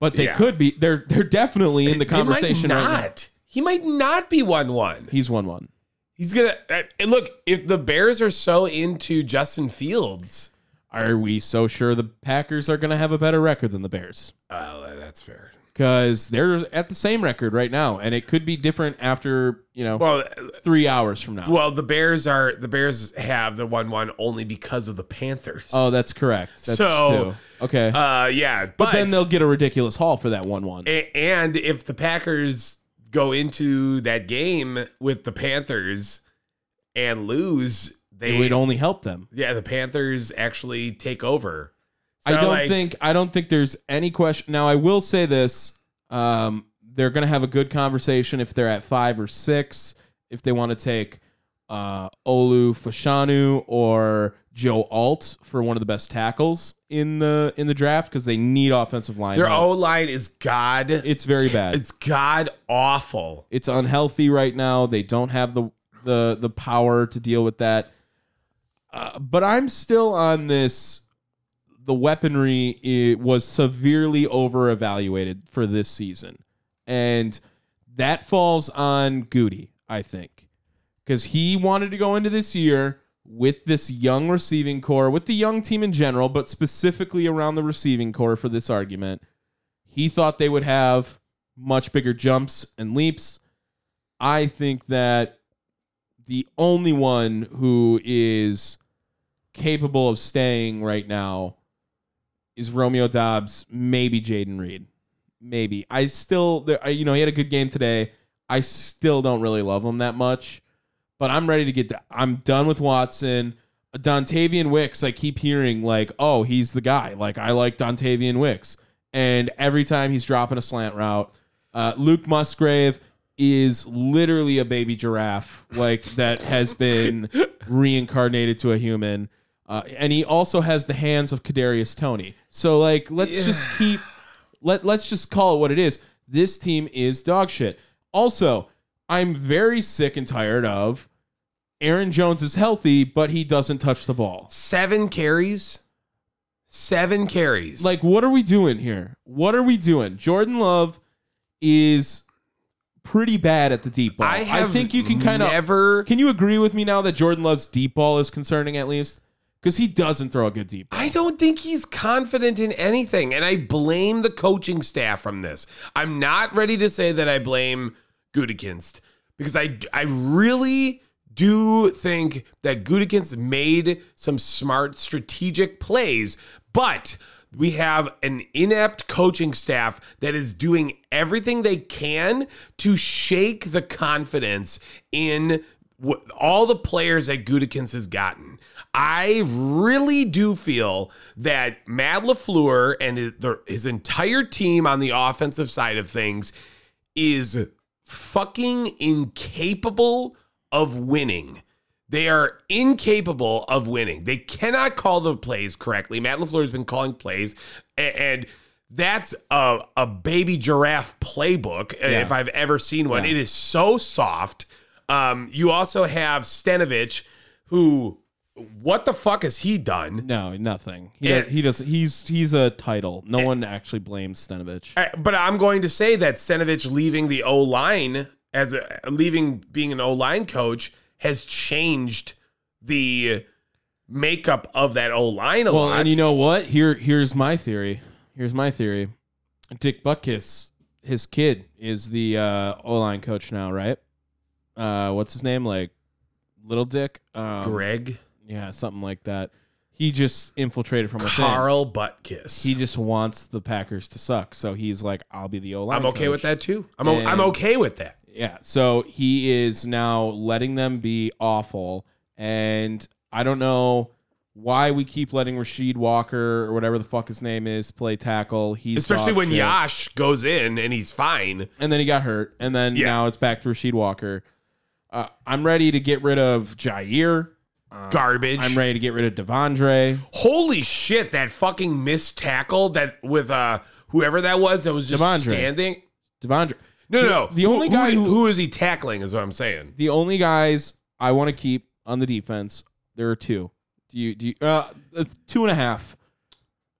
A: but they
B: Yeah.
A: could be. They're they're definitely in the
B: He might
A: conversation right now.
B: not. He might not be one one.
A: He's one-one.
B: He's gonna uh, and look if the Bears are so into Justin Fields.
A: Are we so sure the Packers are going to have a better record than the Bears?
B: Oh, that's fair.
A: Because they're at the same record right now, and it could be different after you know
B: Well, uh,
A: three hours from now.
B: well, the Bears are the Bears have the one one only because of the Panthers.
A: oh, that's correct. That's
B: So,
A: true. okay,
B: uh, yeah, but,
A: but then they'll get a ridiculous haul for that one-one.
B: A- and if the Packers go into that game with the Panthers and lose, they
A: It would only help them.
B: yeah, the Panthers actually take over.
A: I
B: So,
A: don't
B: like,
A: think I don't think there's any question. Now I will say this: um, they're going to have a good conversation if they're at five or six, if they want to take uh, Olu Fashanu or Joe Alt for one of the best tackles in the in the draft because they need offensive line.
B: their
A: help.
B: O line is god.
A: it's very bad. It's,
B: It's god awful.
A: unhealthy right now. They don't have the the the power to deal with that. Uh, but I'm still on this the weaponry it was severely over evaluated for this season. And that falls on Goody, I think. Because he wanted to go into this year with this young receiving core, with the young team in general, but specifically around the receiving core for this argument. He thought they would have much bigger jumps and leaps. I think that the only one who is capable of staying right now is Romeo Dobbs, maybe Jaden Reed. Maybe. I still, there- I- you know, he had a good game today. I still don't really love him that much, but I'm ready to get, da- I'm done with Watson. Dontavian Wicks, I keep hearing, like, oh, he's the guy. Like, I like Dontavian Wicks. And every time he's dropping a slant route, uh, Luke Musgrave is literally a baby giraffe, like, that has been reincarnated to a human. Uh, and he also has the hands of Kadarius Tony. So like, let's just keep let let's just call it what it is. This team is dog shit. Also, I'm very sick and tired of Aaron Jones is healthy, but he doesn't touch the ball.
B: Seven carries. Seven carries.
A: Like, what are we doing here? What are we doing? Jordan Love is pretty bad at the deep ball.
B: I have
A: think you can kind of
B: never
A: Can you agree with me now that Jordan Love's deep ball is concerning at least? Because he doesn't throw a good deep ball.
B: I don't think he's confident in anything, and I blame the coaching staff from this. I'm not ready to say that I blame Gudekinst because I I really do think that Gudekinst made some smart strategic plays, but we have an inept coaching staff that is doing everything they can to shake the confidence in wh- all the players that Gudikins has gotten. I really do feel that Matt LaFleur and his, the, his entire team on the offensive side of things is fucking incapable of winning. They are incapable of winning. They cannot call the plays correctly. Matt LaFleur has been calling plays, a- and that's a, a baby giraffe playbook, uh,
A: Yeah.
B: if I've ever seen one.
A: Yeah.
B: It is so soft. Um, you also have Stanovich, who, what the fuck has he done?
A: No, nothing. He,
B: Yeah.
A: does, he doesn't. He's he's a title. No one actually blames Stenovich.
B: I- but I'm going to say that Stenovich leaving the O line as a, leaving being an O line coach has changed the makeup of that O line a
A: Well,
B: lot.
A: and you know what? Here here's my theory. Here's my theory. Dick Buckus, his kid, is the uh, O line coach now, right? Uh, what's his name? Like Little Dick. Um,
B: Greg
A: Yeah, something like that. He just infiltrated from within.
B: Carl Buttkiss.
A: He just wants the Packers to suck, so he's like, "I'll be the O line."
B: I'm okay with that too. I'm o-
A: And-
B: I'm okay with that.
A: Yeah. So he is now letting them be awful. And I don't know why we keep letting Rashid Walker or whatever the fuck his name is play tackle. He's
B: Especially
A: dog
B: when
A: shit.
B: Yash goes in and he's fine.
A: and then he got hurt, and then
B: Yeah.
A: now it's back to Rashid Walker. Uh, I'm ready to get rid of Jair.
B: Garbage.
A: I'm ready to get rid of Devondre.
B: Holy shit! That fucking missed tackle that with uh whoever that was that was just
A: Devondre.
B: standing.
A: Devondre.
B: No, no, no.
A: The only guy who-
B: who is he tackling is what I'm saying.
A: The only guys I want to keep on the defense, there are two. Do you do you, uh uh, two and a half?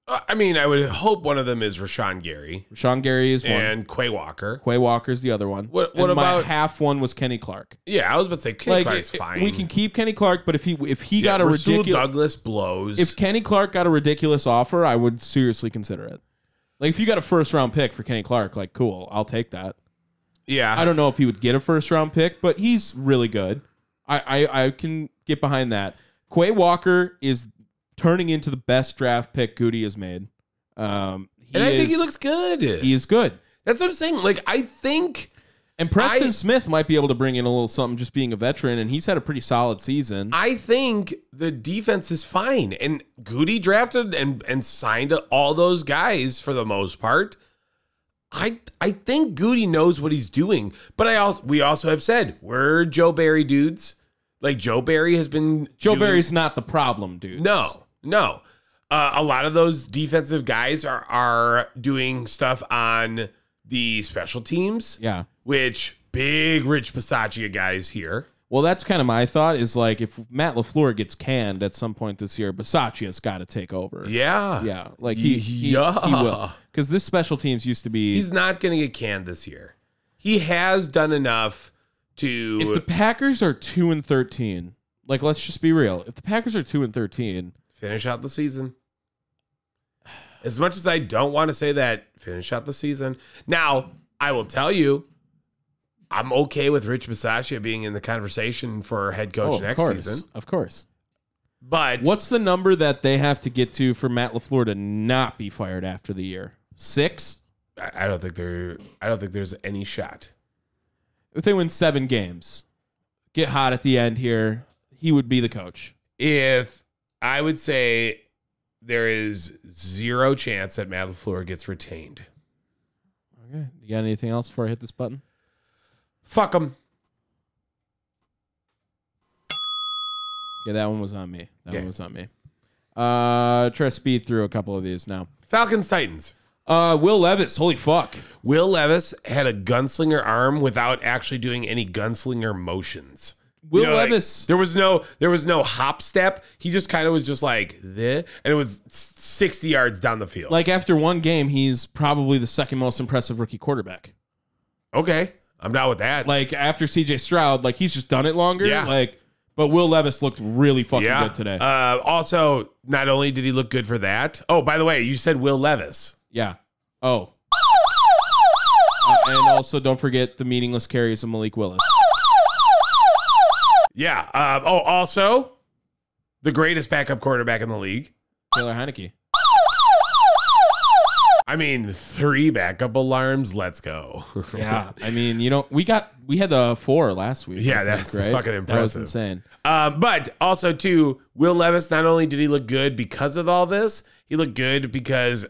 B: Uh, I mean, I would hope one of them is Rashawn Gary
A: Rashawn Gary is one.
B: and Quay Walker.
A: Quay Walker's the other one.
B: What- what
A: and my
B: about-
A: half one was Kenny Clark.
B: Yeah, I was about to say Kenny Clark's
A: it- it-
B: fine.
A: we can keep Kenny Clark, but if he if he got a
B: Rasul
A: ridiculous
B: Douglas blows.
A: if Kenny Clark got a ridiculous offer, I would seriously consider it. Like if you got a first round pick for Kenny Clark, like cool, I'll take that.
B: yeah,
A: I don't know if he would get a first round pick, but he's really good. I I, I can get behind that. Quay Walker is turning into the best draft pick Goody has made. Um, he
B: and I think
A: is-
B: he looks good.
A: he is good.
B: That's what I'm saying. Like, I think
A: And Preston
B: I-
A: Smith might be able to bring in a little something just being a veteran, and he's had a pretty solid season.
B: I think the defense is fine. And Goody drafted and and signed all those guys for the most part. I I think Goody knows what he's doing. But I also we also have said we're Joe Barry dudes. Like Joe Barry has been
A: Joe
B: doing-
A: Barry's not the problem, dude.
B: No, no. Uh, a lot of those defensive guys are are doing stuff on the special teams,
A: Yeah.
B: which big Rich Passaccia guys here.
A: Well, that's kind of my thought is like if Matt LaFleur gets canned at some point this year, Basaccia's got to take over.
B: Yeah,
A: Yeah. Like he, he,
B: Yeah.
A: he will. Because this special teams used to be.
B: He's not going to get canned this year. He has done enough to.
A: if the Packers are 2 and 13, like let's just be real. If the Packers are 2 and 13,
B: finish out the season. As much as I don't want to say that, finish out the season. Now, I will tell you, I'm okay with Rich Bisaccia being in the conversation for head coach
A: oh, of
B: next
A: course.
B: season.
A: Of course.
B: But
A: What's the number that they have to get to for Matt LaFleur to not be fired after the year? 6?
B: I I don't think there I don't think there's any shot.
A: If they win 7 games, get hot at the end here, he would be the coach.
B: If I would say there is zero chance that Matt LaFleur gets retained.
A: Okay. You got anything else before I hit this button?
B: Fuck him.
A: Okay, that one was on me. That
B: Okay.
A: one was on me. Uh, try to speed through a couple of these now.
B: Falcons Titans.
A: Uh, Will Levis, holy fuck.
B: Will Levis had a gunslinger arm without actually doing any gunslinger motions.
A: Will
B: You know, like,
A: Levis,
B: there was no there was no hop step. He just kind of was just like this, and it was s- sixty yards down the field.
A: like after one game, he's probably the second most impressive rookie quarterback.
B: okay, I'm not with that.
A: Like after CJ Stroud, like he's just done it longer.
B: Yeah.
A: Like, but Will Levis looked really fucking
B: yeah.
A: good today.
B: Uh, also, not only did he look good for that. Oh, by the way, you said Will Levis.
A: yeah. Oh. Uh, and also, don't forget the meaningless carries of Malik Willis.
B: Yeah. Um, oh, also, the greatest backup quarterback in the league.
A: Taylor Heineke.
B: I mean, three backup alarms. Let's go.
A: I mean, you know, we got we had the four last week.
B: Yeah,
A: I
B: that's fucking
A: That was
B: impressive.
A: insane.
B: Uh, but also too, Will Levis not only did he look good because of all this, he looked good because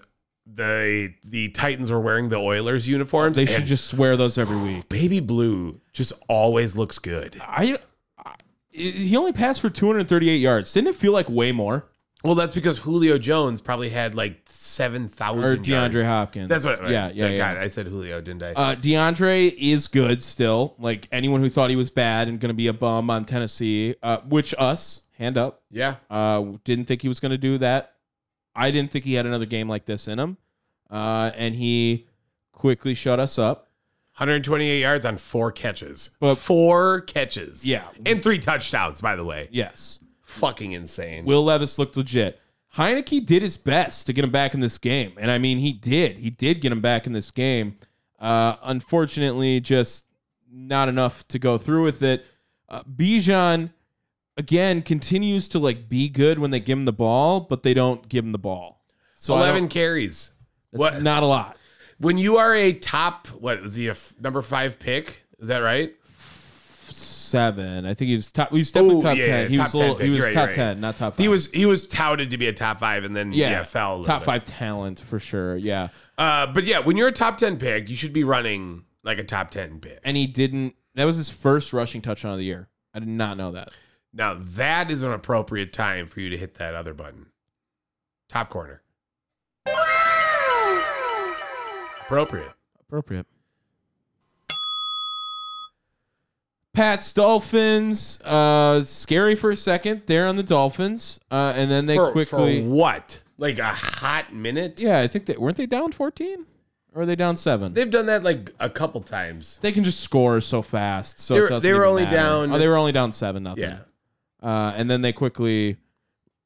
B: the the Titans were wearing the Oilers uniforms.
A: They should
B: and
A: just swear those every week.
B: baby blue just always looks good.
A: I, I he only passed for 238 yards. Didn't it feel like way more?
B: Well, that's because Julio Jones probably had like seven
A: Or
B: thousand.
A: DeAndre Hopkins.
B: That's what.
A: Yeah, yeah, yeah.
B: God, I said Julio, didn't I?
A: Uh, DeAndre is good still. Like anyone who thought he was bad and going to be a bum on Tennessee, uh, which us hand up,
B: yeah.
A: uh, didn't think he was going to do that. I didn't think he had another game like this in him, uh, and he quickly shut us up.
B: 128 yards on four catches.
A: But-
B: four catches.
A: Yeah.
B: And three touchdowns, by the way.
A: Yes,
B: Fucking insane.
A: Will Levis looked legit. Heineke did his best to get him back in this game. And I mean, he did. He did get him back in this game. Uh, unfortunately, just not enough to go through with it. Uh, Bijan, again, continues to like be good when they give him the ball, but they don't give him the ball. So I don't-
B: 11 carries.
A: that's
B: what-
A: not a lot.
B: When you are a top, what is he a f- number five pick? Is that right?
A: seven. I think he was top. He was definitely
B: Ooh,
A: top
B: yeah,
A: ten. He
B: top
A: was a little,
B: 10 pick.
A: he was
B: You're right,
A: top
B: you're right.
A: ten, not top. Five.
B: He was he was touted to be a top five, and then yeah, fell a little
A: top
B: bit.
A: five talent for sure. Yeah,
B: Uh, but yeah, when you're a top ten pick, you should be running like a top ten pick.
A: and he didn't. That was his first rushing touchdown of the year. I did not know that.
B: Now that is an appropriate time for you to hit that other button, top corner. Appropriate.
A: Appropriate. Pat's Dolphins. Uh, scary for a second there on the Dolphins, uh, and then they
B: for,
A: quickly.
B: for what? Like a hot minute?
A: yeah, I think they weren't they down fourteen, or are they down seven? They,
B: They've done that like a couple times.
A: can just score so fast. So
B: They
A: it
B: were-
A: doesn't
B: they were
A: even
B: only
A: matter.
B: down-
A: Oh, they were only down seven nothing.
B: Yeah.
A: Uh, and then they quickly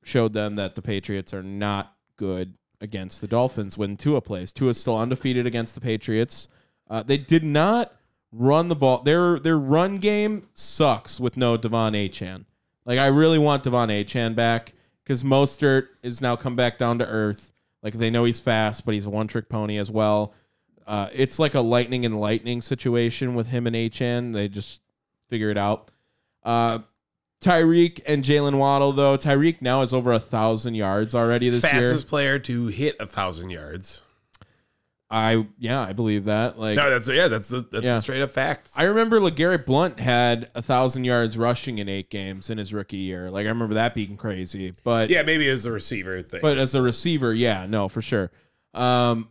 A: showed them that the Patriots are not good against the Dolphins when Tua plays. Tua's still undefeated against the Patriots. Uh, they did not run the ball. Their their run game sucks with no Devon Achan. Like I really want Devon Achan back because Mostert is now come back down to earth. Like they know he's fast, but he's a one trick pony as well. Uh, it's like a lightning and lightning situation with him and Achan. They just figure it out. Uh, Tyreek and Jalen Waddle, though. Tyreek now is over a thousand yards already this year.
B: Fastest player to hit a thousand yards.
A: I yeah, I believe that. Like
B: No, that's yeah, that's the that's
A: Yeah.
B: the straight up fact.
A: I remember LeGarrette Blunt had a thousand yards rushing in eight games in his rookie year. Like I remember that being crazy. But
B: yeah, maybe it was the receiver thing.
A: but as a receiver, yeah, no, for sure. Um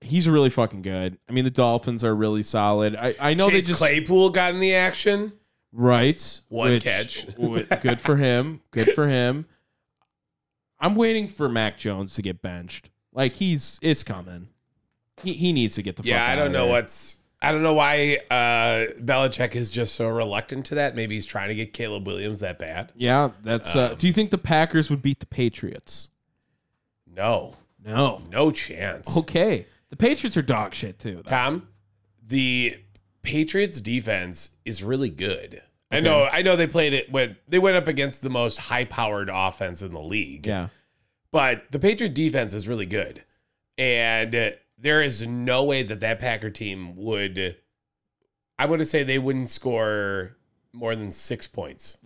A: he's really fucking good. I mean the Dolphins are really solid. I, I know
B: Chase
A: they just
B: Claypool got in the action.
A: Right.
B: One catch.
A: w- good for him. Good for him. I'm waiting for Mac Jones to get benched. Like he's it's coming. He he needs to get the
B: Yeah,
A: fuck
B: I
A: outta
B: don't know
A: there.
B: what's. I don't know why uh, Belichick is just so reluctant to that. Maybe he's trying to get Caleb Williams that bad.
A: Yeah, that's uh,
B: Um,
A: do you think the Packers would beat the Patriots?
B: No,
A: No.
B: no chance.
A: Okay. The Patriots are dog shit too. though.
B: Tom, the Patriots defense is really good. I know. I know they played it when they went up against the most high-powered offense in the league.
A: Yeah.
B: But the Patriot defense is really good. And uh, there is no way that that Packer team would I would say they wouldn't score more than 6 points.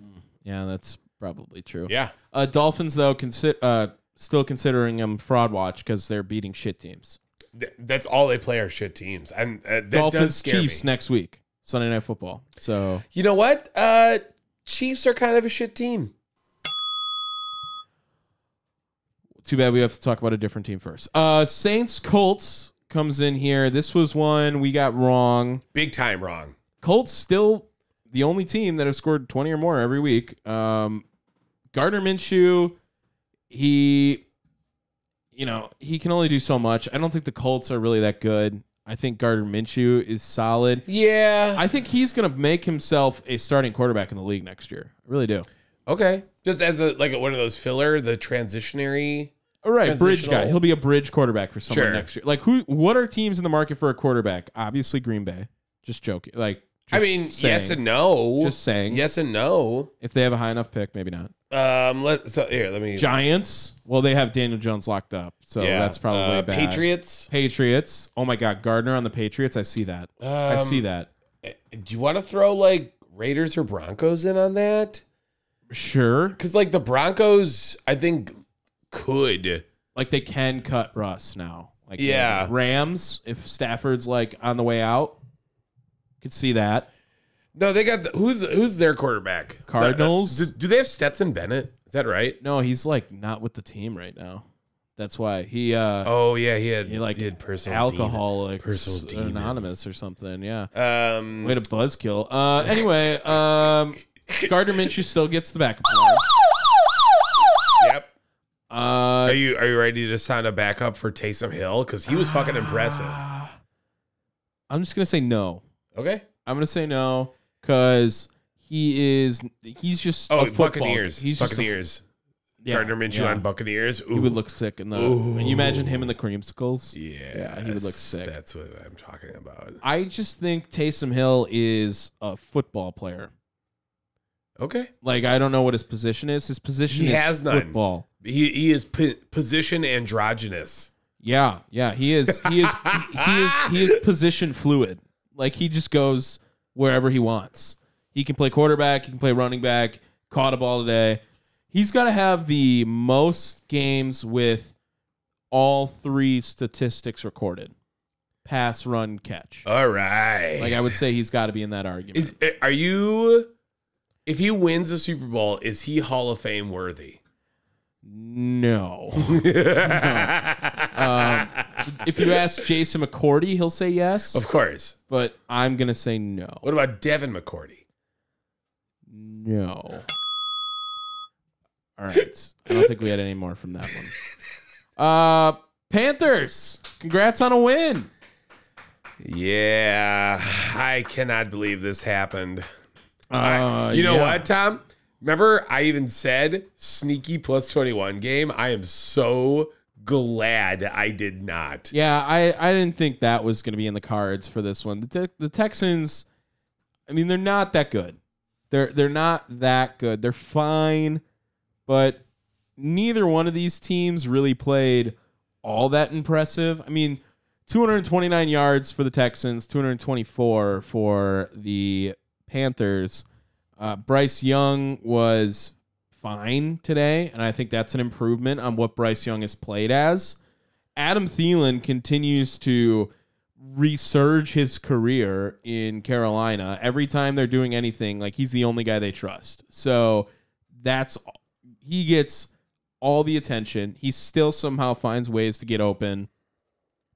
A: Yeah, that's probably true.
B: Yeah.
A: Uh Dolphins though consider uh still considering them fraud watch cuz they're beating shit teams.
B: Th- that's all they play are shit teams. And uh, that does
A: Dolphins
B: scare
A: Chiefs
B: me.
A: next week. Sunday night football. So
B: You know what? Uh Chiefs are kind of a shit team.
A: too bad we have to talk about a different team first. Uh Saints Colts comes in here. This was one we got wrong.
B: Big time wrong.
A: Colts still the only team that has scored 20 or more every week. Um Gardner Minshew, he you know, he can only do so much. I don't think the Colts are really that good. I think Gardner Minshew is solid.
B: Yeah.
A: I think he's going to make himself a starting quarterback in the league next year. I really do.
B: okay. Just as a like one of those filler, the transitionary
A: All Oh, right, bridge
B: Transitional.
A: guy. He'll be a bridge quarterback for someone
B: Sure.
A: next year. Like who? What are teams in the market for a quarterback? Obviously, Green Bay. Just joking. Like,
B: I
A: just
B: mean,
A: saying.
B: yes and no.
A: just saying.
B: yes and no.
A: If they have a high enough pick, maybe not.
B: Um, let so here, let me.
A: Giants. Well, they have Daniel Jones locked up, so
B: yeah,
A: that's probably
B: uh,
A: bad.
B: Patriots.
A: Patriots. Oh my God, Gardner on the Patriots. I see that. I see that.
B: Um, eh, Do you want to throw like Raiders or Broncos in on that?
A: Sure.
B: Because like the Broncos, I think could.
A: Like they can cut Russ now. Like
B: Yeah.
A: Rams. If Stafford's like on the way out, could see that.
B: No, they got the, who's who's their quarterback?
A: Cardinals?
B: The- the- do, do they have Stetson Bennett? Is that right?
A: No, he's like not with the team right now. That's why he uh
B: Oh yeah, he had
A: he like
B: he had personal
A: alcoholic
B: personal demons.
A: anonymous or something. Yeah.
B: demon. Um,
A: Way to buzzkill. Uh anyway, um Gardner Minshew still gets the backup. plan.
B: yep. Are
A: Uh
B: you are you ready to sign a backup for Taysom Hill? Because he was fucking impressive.
A: I'm just gonna say no.
B: Okay.
A: I'm gonna say no because he is he's just
B: Oh,
A: a football-
B: Buccaneers.
A: He's just a-
B: Buccaneers.
A: yeah,
B: Gardner Minshew
A: yeah.
B: on Buccaneers. Ooh.
A: He would look sick in the
B: Ooh.
A: can you imagine him in the creamsicles?
B: Yeah,
A: he would look sick.
B: That's what I'm talking about.
A: I just think Taysom Hill is a football player.
B: Okay.
A: Like I don't know what his position is. His position
B: He
A: is
B: has none.
A: football.
B: He he is p- position androgynous.
A: Yeah, yeah. He is. He is. he, he is. He is position fluid. Like he just goes wherever he wants. He can play quarterback. He can play running back. Caught a ball today. He's got to have the most games with all three statistics recorded: pass, run, catch.
B: All right.
A: Like I would say, he's got to be in that argument.
B: Oh, Is eh, are you? If he wins the Super Bowl, is he Hall of Fame worthy?
A: no. Um, if you ask Jason McCourty, he'll say yes,
B: of course.
A: but I'm gonna say no.
B: What about Devin McCourty?
A: No. All right. I don't think we had any more from that one. Uh Panthers, congrats on a win.
B: Yeah, I cannot believe this happened.
A: Uh,
B: you know
A: yeah.
B: what, Tom? Remember, I even said sneaky plus 21 game. I am so glad I did not.
A: Yeah, I, I didn't think that was going to be in the cards for this one. The, Tex the Texans, I mean, they're not that good. They're they're not that good. They're fine, but neither one of these teams really played all that impressive. I mean, 229 yards for the Texans, 224 for the Panthers. Uh, Bryce Young was fine today, and I think that's an improvement on what Bryce Young has played as. Adam Thielen continues to resurge his career in Carolina. Every time they're doing anything, like he's the only guy they trust. So that's he gets all the attention. He still somehow finds ways to get open.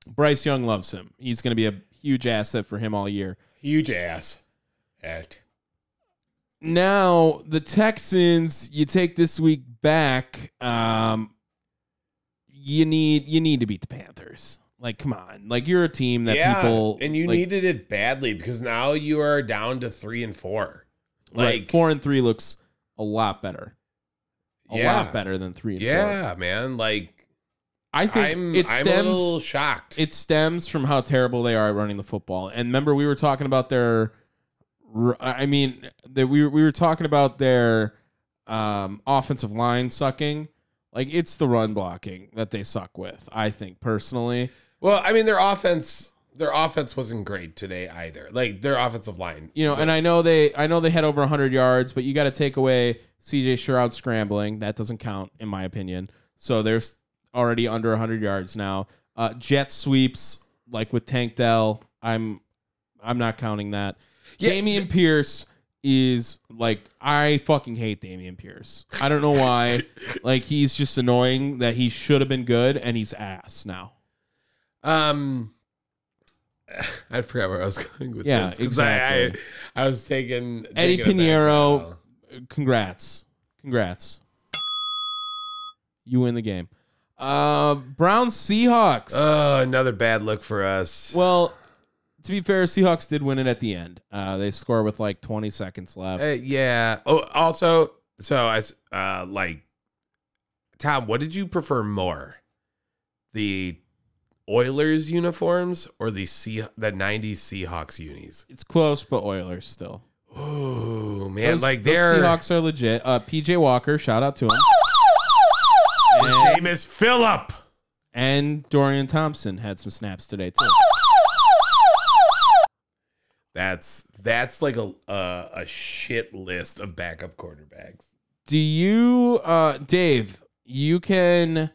A: Bryce Young loves him. He's going to be a huge asset for him all year.
B: Huge ass. At.
A: Now the Texans, you take this week back. Um, you need you need to beat the Panthers. Like, come on! Like you're a team that
B: yeah,
A: people
B: and you
A: like,
B: needed it badly because now you are down to three and four.
A: right,
B: like-
A: four and three looks a lot better. A
B: Yeah.
A: lot better than three and four.
B: Yeah, man. Like
A: I think
B: I'm,
A: it
B: I'm
A: stems.
B: a little shocked.
A: it stems from how terrible they are at running the football. And remember, we were talking about their. r- I mean, that we we were talking about their um, offensive line sucking. Like it's the run blocking that they suck with. I think personally,
B: well, I mean, their offense, their offense wasn't great today either. Like their offensive line.
A: you know, and I know they I know they had over 100 yards, but you got to take away C.J. Sherrod scrambling. That doesn't count in my opinion. So there's already under 100 yards now. Uh, jet sweeps like with Tank Dell. I'm I'm not counting that.
B: Yeah,
A: Damian Pierce is like I fucking hate Damian Pierce. I don't know why. like he's just annoying that he should have been good and he's ass now.
B: Um, I forgot where I was going with
A: Yeah,
B: this. 'cause I-
A: exactly.
B: I, I, was taking
A: Eddie
B: taking it back
A: Pinheiro.
B: now.
A: Congrats. Congrats. You win the game. Uh Brown Seahawks.
B: Oh, another bad look for us.
A: well, to be fair, Seahawks did win it at the end. Uh they score with like 20 seconds left.
B: Uh, yeah. Oh, also, so I s- uh like Tom. What did you prefer more, the Oilers uniforms or the sea the '90s Seahawks unis?
A: It's close, but Oilers still.
B: Oh man,
A: Those-
B: like
A: those
B: they're
A: Seahawks are legit. Uh PJ Walker, shout out to him.
B: his name is Philip.
A: And Dorian Thompson had some snaps today too.
B: That's that's like a uh, a shit list of backup quarterbacks.
A: Do you uh Dave, you can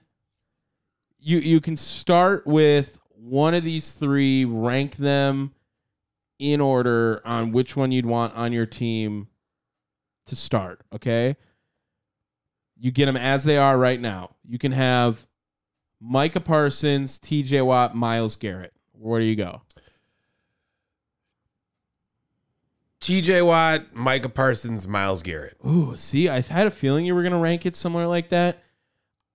A: you you can start with one of these three, rank them in order on which one you'd want on your team to start, okay? You get them as they are right now. You can have Micah Parsons, TJ Watt, Miles Garrett. Where do you go?
B: T.J. Watt, Micah Parsons, Miles Garrett.
A: Ooh, see, I had a feeling you were gonna rank it somewhere like that.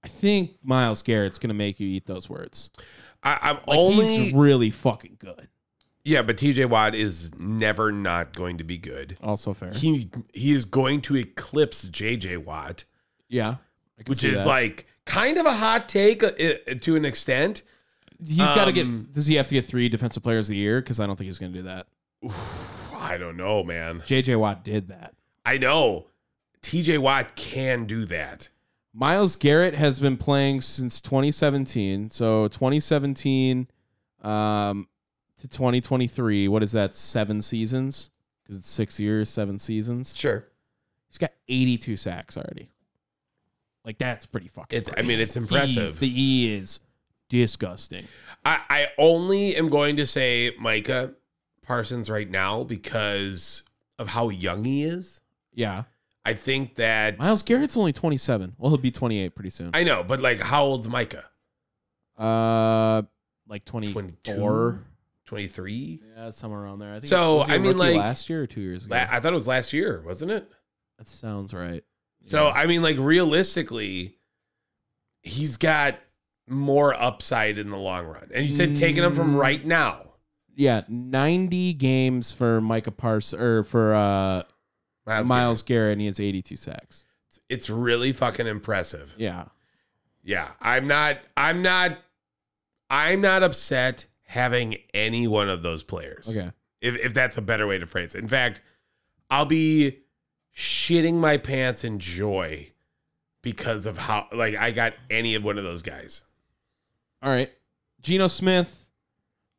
A: I think Miles Garrett's gonna make you eat those words.
B: I, I'm
A: Like,
B: only
A: he's really fucking good.
B: yeah, but T.J. Watt is never not going to be good.
A: Also fair.
B: He he is going to eclipse J.J. Watt,
A: yeah, I can
B: which
A: see
B: is
A: that.
B: like kind of a hot take uh, uh, to an extent.
A: he's got to
B: um,
A: get. Does he have to get three defensive players of the year? Because I don't think he's gonna do that.
B: I don't know, man.
A: J.J. Watt did that.
B: I know T.J. Watt can do that.
A: Miles Garrett has been playing since 2017. So 2017 um, to 2023. What is that? Seven seasons because it's six years, seven seasons.
B: Sure.
A: He's got 82 sacks already. Like that's pretty fucking.
B: It's- I mean,
A: crazy.
B: it's impressive.
A: He's- the E is disgusting.
B: I, I only am going to say Micah Parsons right now because of how young he is.
A: Yeah,
B: I think that
A: Miles Garrett's only 27. Well, he'll be 28 pretty soon.
B: I know, but like, how old's Micah?
A: uh, like 24.
B: 22? 23?
A: Yeah, somewhere around there. I think
B: So,
A: was he a
B: I mean,
A: rookie
B: like-
A: last year or two years ago.
B: La- I thought it was last year, wasn't it?
A: that sounds right.
B: So,
A: Yeah.
B: I mean, like, realistically, he's got more upside in the long run. And you said taking him from
A: Mm.
B: right now.
A: yeah, 90 games for Micah Pars or for uh
B: Miles.
A: Miles Garrett, and he has 82 sacks.
B: Garrett. It's really fucking impressive.
A: Yeah,
B: Yeah, I'm not. I'm not. I'm not upset having any one of those players.
A: okay.
B: If if that's a better way to phrase it. In fact, I'll be shitting my pants in joy because of how like I got any of one of those guys.
A: All right. Geno Smith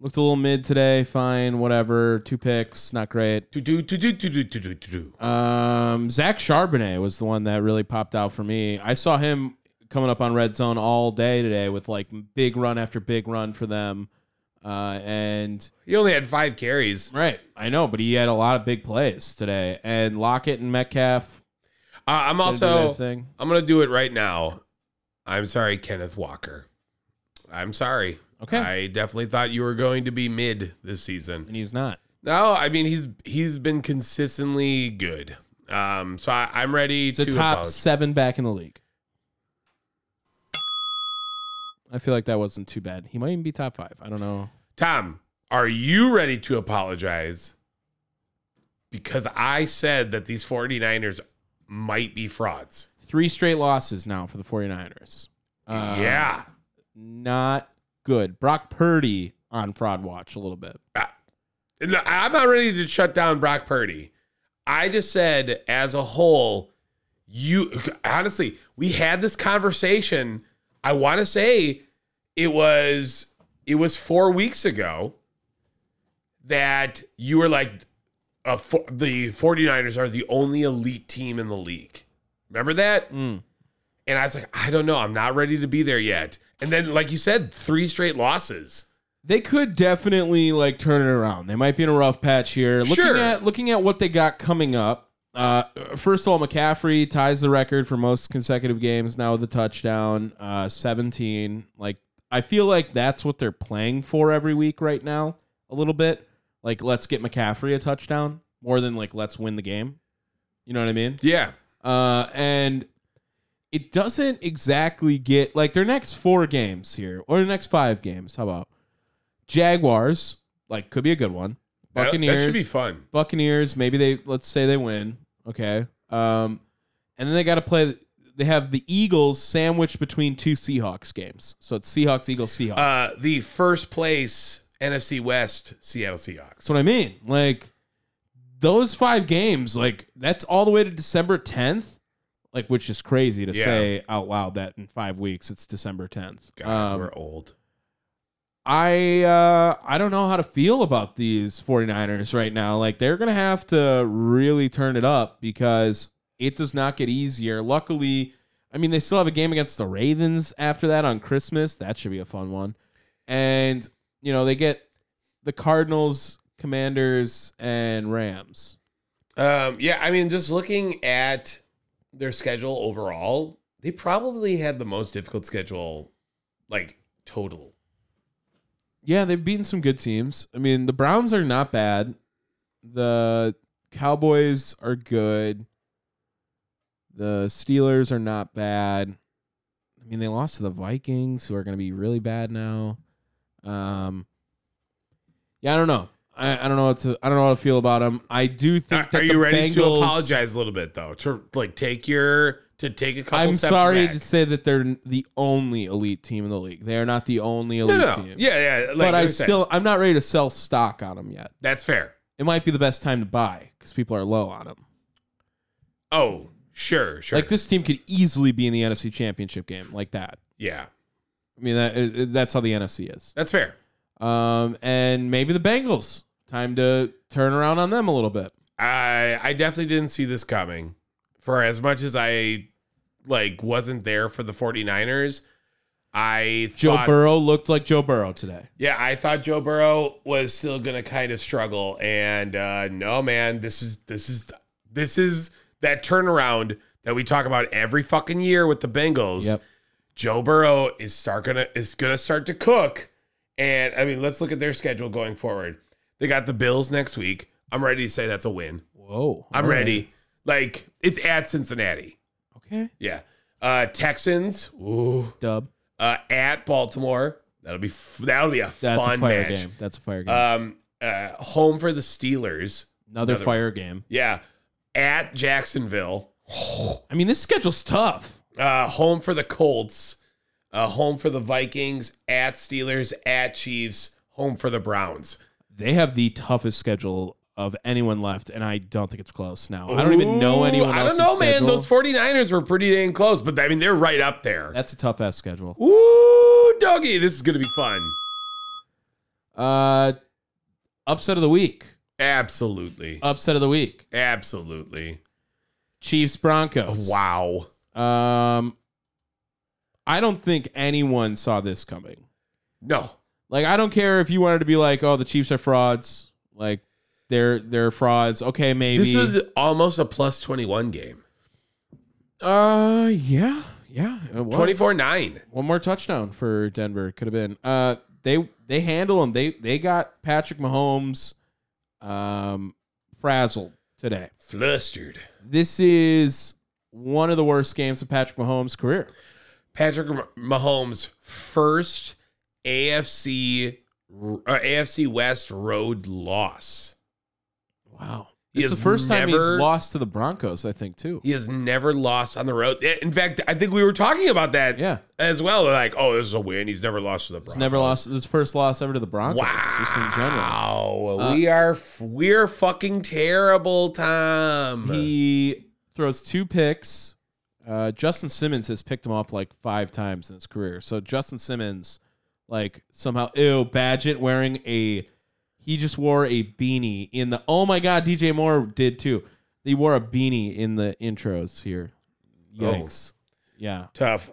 A: looked a little mid today. Fine, whatever. Two picks, not great.
B: Do do do do do do do do do.
A: Um, Zach Charbonnet was the one that really popped out for me. I saw him coming up on red zone all day today with like big run after big run for them. Uh, and
B: He only had five carries.
A: right, I know, but he had a lot of big plays today. And Lockett and Metcalf
B: Uh, I'm
A: did do their
B: also.
A: thing.
B: I'm gonna do it right now. I'm sorry, Kenneth Walker. I'm sorry.
A: Okay,
B: I definitely thought you were going to be mid this season.
A: and he's not.
B: No, I mean he's he's been consistently good. Um, so I, I'm ready
A: He's a
B: to
A: top
B: apologize.
A: seven back in the league. I feel like that wasn't too bad. He might even be top five. I don't know.
B: Tom, are you ready to apologize? Because I said that these 49ers might be frauds.
A: Three straight losses now for the 49ers. Uh,
B: yeah.
A: not good. Brock Purdy on fraud watch a little bit.
B: No, I'm not ready to shut down Brock Purdy. I just said, as a whole, you honestly, we had this conversation. I want to say it was it was four weeks ago that you were like, uh, for, the 49ers are the only elite team in the league. Remember that?
A: Mm.
B: And I was like, I don't know. I'm not ready to be there yet. And then, like you said, three straight losses.
A: They could definitely like turn it around. They might be in a rough patch here. Looking
B: Sure.
A: at looking at what they got coming up. Uh, first of all, McCaffrey ties the record for most consecutive games now with a touchdown, uh, seventeen. Like I feel like that's what they're playing for every week right now. A little bit like let's get McCaffrey a touchdown more than like let's win the game. You know what I mean?
B: Yeah.
A: Uh, and it doesn't exactly get like their next four games here or the next five games. How about Jaguars? Like, could be a good one.
B: That-
A: Buccaneers.
B: That should be fun.
A: Buccaneers. Maybe they let's say they win. Okay. Um, and then they got to play. They have the Eagles sandwiched between two Seahawks games. So it's Seahawks, Eagles, Seahawks.
B: Uh, the first place NFC West Seattle Seahawks.
A: That's what I mean. Like those five games, like that's all the way to December 10th, like which is crazy to
B: Yeah.
A: say out loud that in five weeks it's December 10th.
B: God,
A: Um,
B: we're old.
A: I uh, I don't know how to feel about these 49ers right now. Like they're going to have to really turn it up because it does not get easier. Luckily, I mean they still have a game against the Ravens after that on Christmas. That should be a fun one. And you know, they get the Cardinals, Commanders and Rams.
B: Um, yeah, I mean, just looking at their schedule overall, they probably had the most difficult schedule, like total.
A: Yeah, they've beaten some good teams. I mean, the Browns are not bad. The Cowboys are good. The Steelers are not bad. I mean, they lost to the Vikings, who are going to be really bad now. Um, yeah, I don't know. I, I don't know what to. I don't know how to feel about them. I do think.
B: Are,
A: that
B: are
A: the
B: you ready to
A: Bengals-
B: apologize a little bit though? To like take your to take a couple.
A: I'm
B: steps
A: sorry
B: back?
A: to say that they're n- the only elite team in the league. They are not the only
B: No,
A: elite
B: no,
A: team.
B: no. yeah, yeah. Like
A: but I
B: said,
A: still, I'm not ready to sell stock on them yet.
B: that's fair.
A: it might be the best time to buy because people are low on them.
B: Oh, sure, sure.
A: Like this team could easily be in the NFC Championship game like that.
B: yeah,
A: I mean, that i- i- that's how the NFC is.
B: that's fair.
A: Um, and maybe the Bengals. Time to turn around on them a little bit.
B: I I definitely didn't see this coming. For as much as I like wasn't there for the 49ers, I
A: Joe
B: thought,
A: Burrow looked like Joe Burrow today.
B: yeah, I thought Joe Burrow was still gonna kind of struggle, and uh, no, man, this is this is this is that turnaround that we talk about every fucking year with the Bengals.
A: Yep.
B: Joe Burrow is start gonna is gonna start to cook, and I mean, let's look at their schedule going forward. They got the Bills next week. I'm ready to say that's a win.
A: Whoa.
B: I'm ready. Like it's at Cincinnati.
A: Okay.
B: Yeah. Uh Texans. Ooh.
A: Dub.
B: Uh at Baltimore. That'll be f- that'll be a
A: That's
B: fun
A: a fire
B: match.
A: game. That's a fire game.
B: Um uh home for the Steelers.
A: another,
B: another
A: fire game.
B: Yeah. At Jacksonville.
A: I mean, this schedule's tough.
B: Uh home for the Colts. Uh home for the Vikings, at Steelers, at Chiefs, home for the Browns.
A: They have the toughest schedule of anyone left, and I don't think it's close now. I don't even know
B: Ooh,
A: anyone
B: I
A: else's
B: don't know, man.
A: schedule.
B: Those 49ers were pretty dang close, but I mean they're right up there.
A: That's a tough ass schedule.
B: Ooh, doggy, this is gonna be fun.
A: Uh, upset of the week.
B: Absolutely.
A: Upset of the week.
B: Absolutely.
A: Chiefs Broncos.
B: Wow.
A: Um, I don't think anyone saw this coming.
B: No.
A: Like, I don't care if you wanted to be like, "Oh, the Chiefs are frauds." Like, they're they're frauds. Okay, maybe.
B: This was almost a plus 21 game.
A: uh, yeah, yeah. it was.
B: 24 9.
A: One more touchdown for Denver could have been. Uh, they they handle them. They they got Patrick Mahomes, um, frazzled today.
B: Flustered.
A: This is one of the worst games of Patrick Mahomes' career.
B: Patrick Mahomes' first AFC or AFC West road loss.
A: Wow,
B: He
A: it's the
B: has
A: first time he's
B: never-
A: lost to the Broncos, I think, too.
B: He has never lost on the road. In fact, I think we were talking about that
A: Yeah,
B: as well. Like, oh, this is a win. He's never lost to the Broncos.
A: he's never lost his first loss ever to the Broncos. Just in general,
B: Wow,
A: Uh,
B: we are f- we're fucking terrible, Tom.
A: he throws two picks. Uh, Justin Simmons has picked him off like five times in his career. So Justin Simmons, like somehow, ew, Badgett wearing a, he just wore a beanie in the. Oh my God, DJ Moore did too. He wore a beanie in the intros here.
B: Oh.
A: Yikes. Yeah.
B: tough,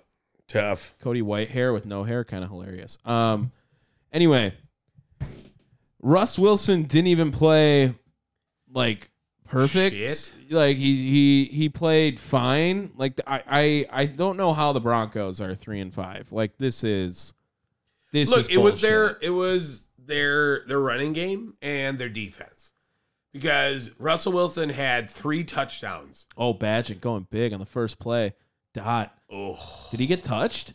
B: tough.
A: Cody White hair with no hair, kind of hilarious. Um, anyway, Russ Wilson didn't even play like perfect.
B: Shit.
A: Like he he he played fine. Like I I I don't know how the Broncos are three and five. Like this is this is
B: Look, it was
A: bullshit.
B: their it was their their running game and their defense because Russell Wilson had three touchdowns.
A: oh Badgett going big on the first play. Dot.
B: Oh,
A: Did he get touched?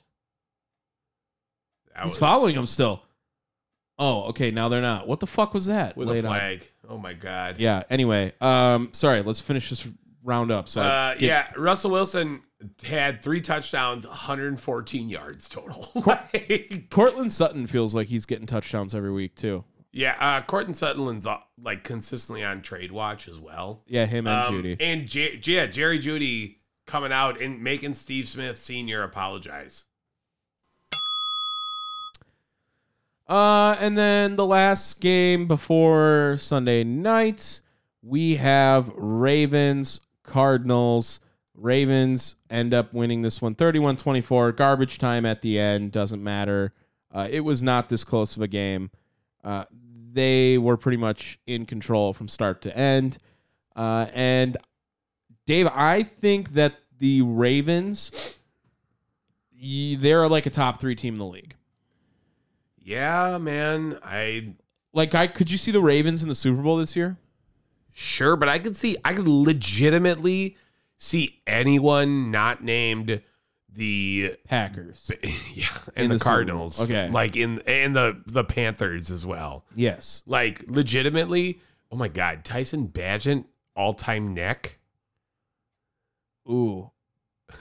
B: that
A: He's
B: was
A: following him still. Oh, okay. Now they're not. What the fuck was that?
B: with
A: Late
B: a
A: on.
B: flag. Oh my god.
A: Yeah. Anyway, um, sorry. Let's finish this round up. So I
B: Uh,
A: get-
B: yeah, Russell Wilson had three touchdowns, 114 yards total. Like,
A: Cortland Sutton feels like he's getting touchdowns every week too.
B: yeah, uh, Corton Sutton's uh, like consistently on trade watch as well.
A: Yeah, him and
B: Um,
A: Judy.
B: And J- J- yeah, Jerry Judy coming out and making Steve Smith Sr. apologize.
A: Uh, and then the last game before Sunday night, we have Ravens Cardinals. Ravens end up winning this one 31 24. Garbage time at the end. Doesn't matter. Uh, it was not this close of a game. Uh, they were pretty much in control from start to end. Uh, and Dave, I think that the Ravens, y- they're like a top three team in the league.
B: Yeah, man. I
A: Like, I could you see the Ravens in the Super Bowl this year?
B: sure, but I could see I could legitimately see anyone not named the
A: Packers.
B: yeah,
A: In
B: and
A: the
B: the,
A: Super Bowl.
B: Cardinals.
A: Okay.
B: Like in and the the Panthers as well.
A: Yes.
B: Like legitimately, oh my god, Tyson Badgett all-time neck.
A: Ooh.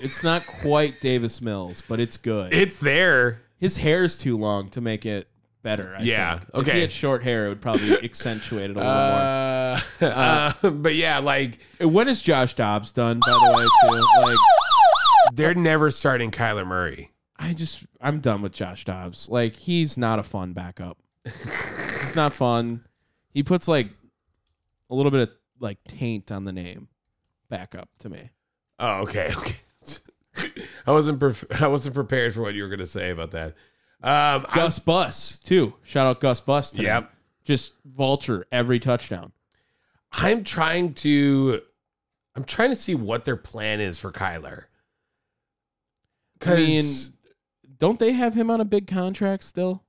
A: It's not quite Davis Mills, but it's good.
B: It's there.
A: His hair is too long to make it better. I
B: Yeah,
A: think. If he
B: okay.
A: had short hair, it would probably accentuate it a little
B: Uh, uh, but yeah, like
A: more. When is Josh Dobbs done, by the way, too? Like,
B: they're never starting Kyler Murray.
A: I just, I'm done with Josh Dobbs. Like, he's not a fun backup. he's not fun. He puts, like, a little bit of like taint on the name back up to me.
B: Oh, okay. Okay. I wasn't pref- I wasn't prepared for what you were going to say about that. Um, I-
A: Gus Bus too. Shout out Gus Bus. Today.
B: Yep.
A: Just vulture every touchdown.
B: I'm trying to I'm trying to see what their plan is for Kyler.
A: I
B: Cuz
A: mean, don't they have him on a big contract still?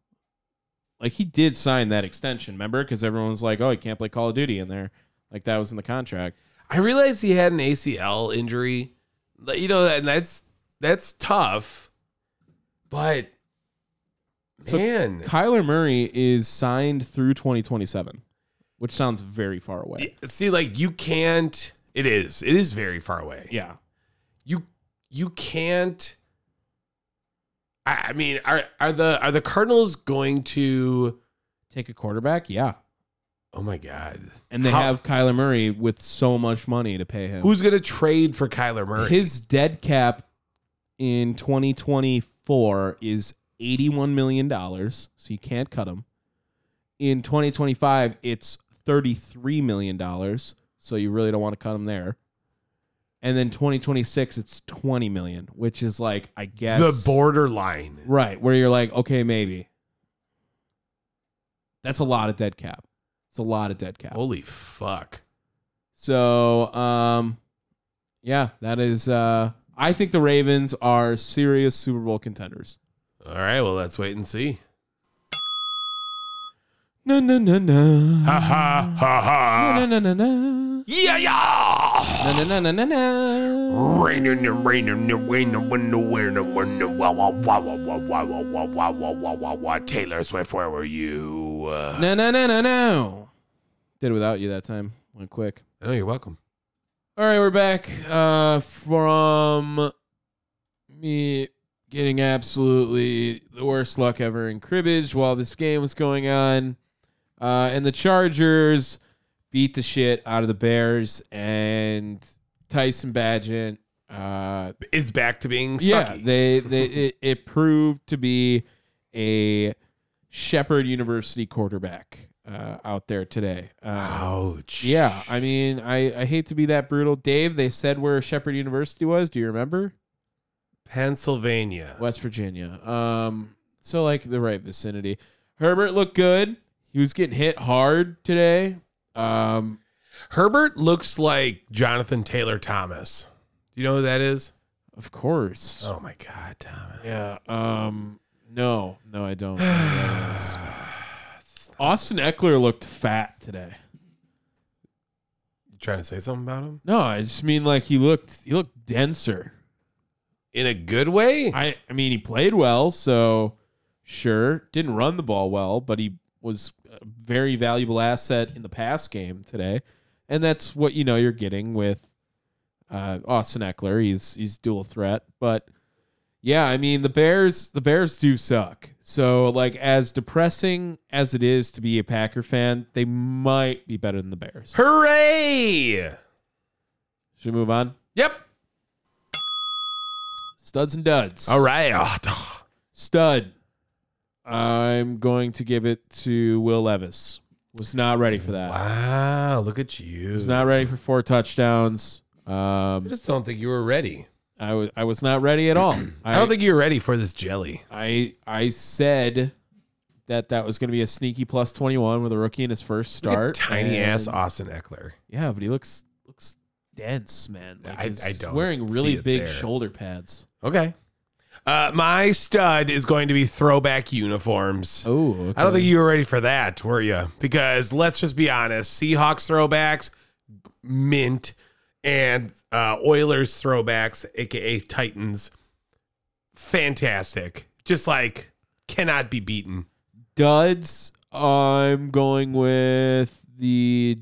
A: Like he did sign that extension, remember? Because everyone's like, "Oh, he can't play Call of Duty in there." Like that was in the contract.
B: I realized he had an ACL injury. Like, You know, and that's that's tough. But
A: So
B: man,
A: Kyler Murray is signed through 2027, which sounds very far away.
B: see like you can't it is. It is very far away.
A: Yeah.
B: you you can't I, I mean are are the are the Cardinals going to
A: Take a quarterback? Yeah.
B: oh my god
A: And they
B: How-
A: have Kyler Murray with so much money to pay him.
B: who's going to trade for Kyler Murray
A: His dead cap in 2024 is $81 million, so you can't cut him. In 2025, it's $33 million, so you really don't want to cut him there. And then 2026, it's 20 million, which is like, I guess
B: the borderline
A: Right, where you're like, okay, maybe. That's a lot of dead cap. It's a lot of dead cap.
B: holy fuck
A: So, um, yeah, that is. Uh, I think the Ravens are serious Super Bowl contenders.
B: all right well let's wait and see
A: No, no, no, no.
B: ha ha ha
A: Mm. No, no,
B: ha
A: no, no, no.
B: yeah yeah
A: No, no, no, no, no, no.
B: Rain in the rain in the rain in the window, rain in the window, wah, wah, wah, wah, wah, wah, wah, wah, wah, wah, wah, wah, wah. Taylor Swift, where were you? Uh,
A: No, no, no, no, no. Did it without you that time. Went quick.
B: oh, you're welcome.
A: All right, we're back uh, from me getting absolutely the worst luck ever in cribbage while this game was going on. Uh, and the Chargers beat the shit out of the Bears and Tyson Badgett. Uh,
B: Is back to being sucky.
A: yeah, they, they it, it proved to be a Shepherd University quarterback uh, out there today. Uh,
B: Ouch.
A: yeah, I mean, I, I hate to be that brutal. Dave, they said where Shepherd University was. Do you remember?
B: Pennsylvania.
A: West Virginia. Um, so like the right vicinity. Herbert looked good. He was getting hit hard today. Um,
B: Herbert looks like Jonathan Taylor Thomas. Do you know who that is?
A: of course.
B: Oh my God, Thomas.
A: Yeah. Um, no, no, I don't. know who that is. Austin Eckler looked fat today.
B: You trying to say something about him?
A: No, I just mean like he looked he looked denser.
B: In a good way?
A: I I mean he played well, so sure. Didn't run the ball well, but he was a very valuable asset in the pass game today. And that's what you know you're getting with uh, Austin Eckler. He's he's dual threat, but yeah, I mean the Bears the Bears do suck. So like as depressing as it is to be a Packer fan, they might be better than the Bears.
B: Hooray!
A: Should we move on?
B: Yep.
A: Studs and duds.
B: All right. Ah, duh.
A: Stud. I'm going to give it to Will Levis. Was not ready for that.
B: Wow, look at you.
A: Was not ready for four touchdowns.
B: I
A: Um,
B: just don't think you were ready.
A: I was I was not ready at all.
B: I don't think you were ready for this jelly.
A: I I said that that was going to be a sneaky plus 21 with a rookie in his first
B: Look at
A: start.
B: Tiny
A: and-
B: ass Austin Eckler.
A: Yeah, but he looks looks dense, man. Like
B: I-
A: he's
B: I don't
A: wearing really
B: see it
A: big
B: there.
A: shoulder pads.
B: Okay. Uh, my stud is going to be throwback uniforms.
A: Oh,
B: I don't think you were ready for that, were you? Because let's just be honest, Seahawks throwbacks, mint, and uh, Oilers throwbacks, aka Titans, fantastic. Just like cannot be beaten.
A: Duds, I'm going with the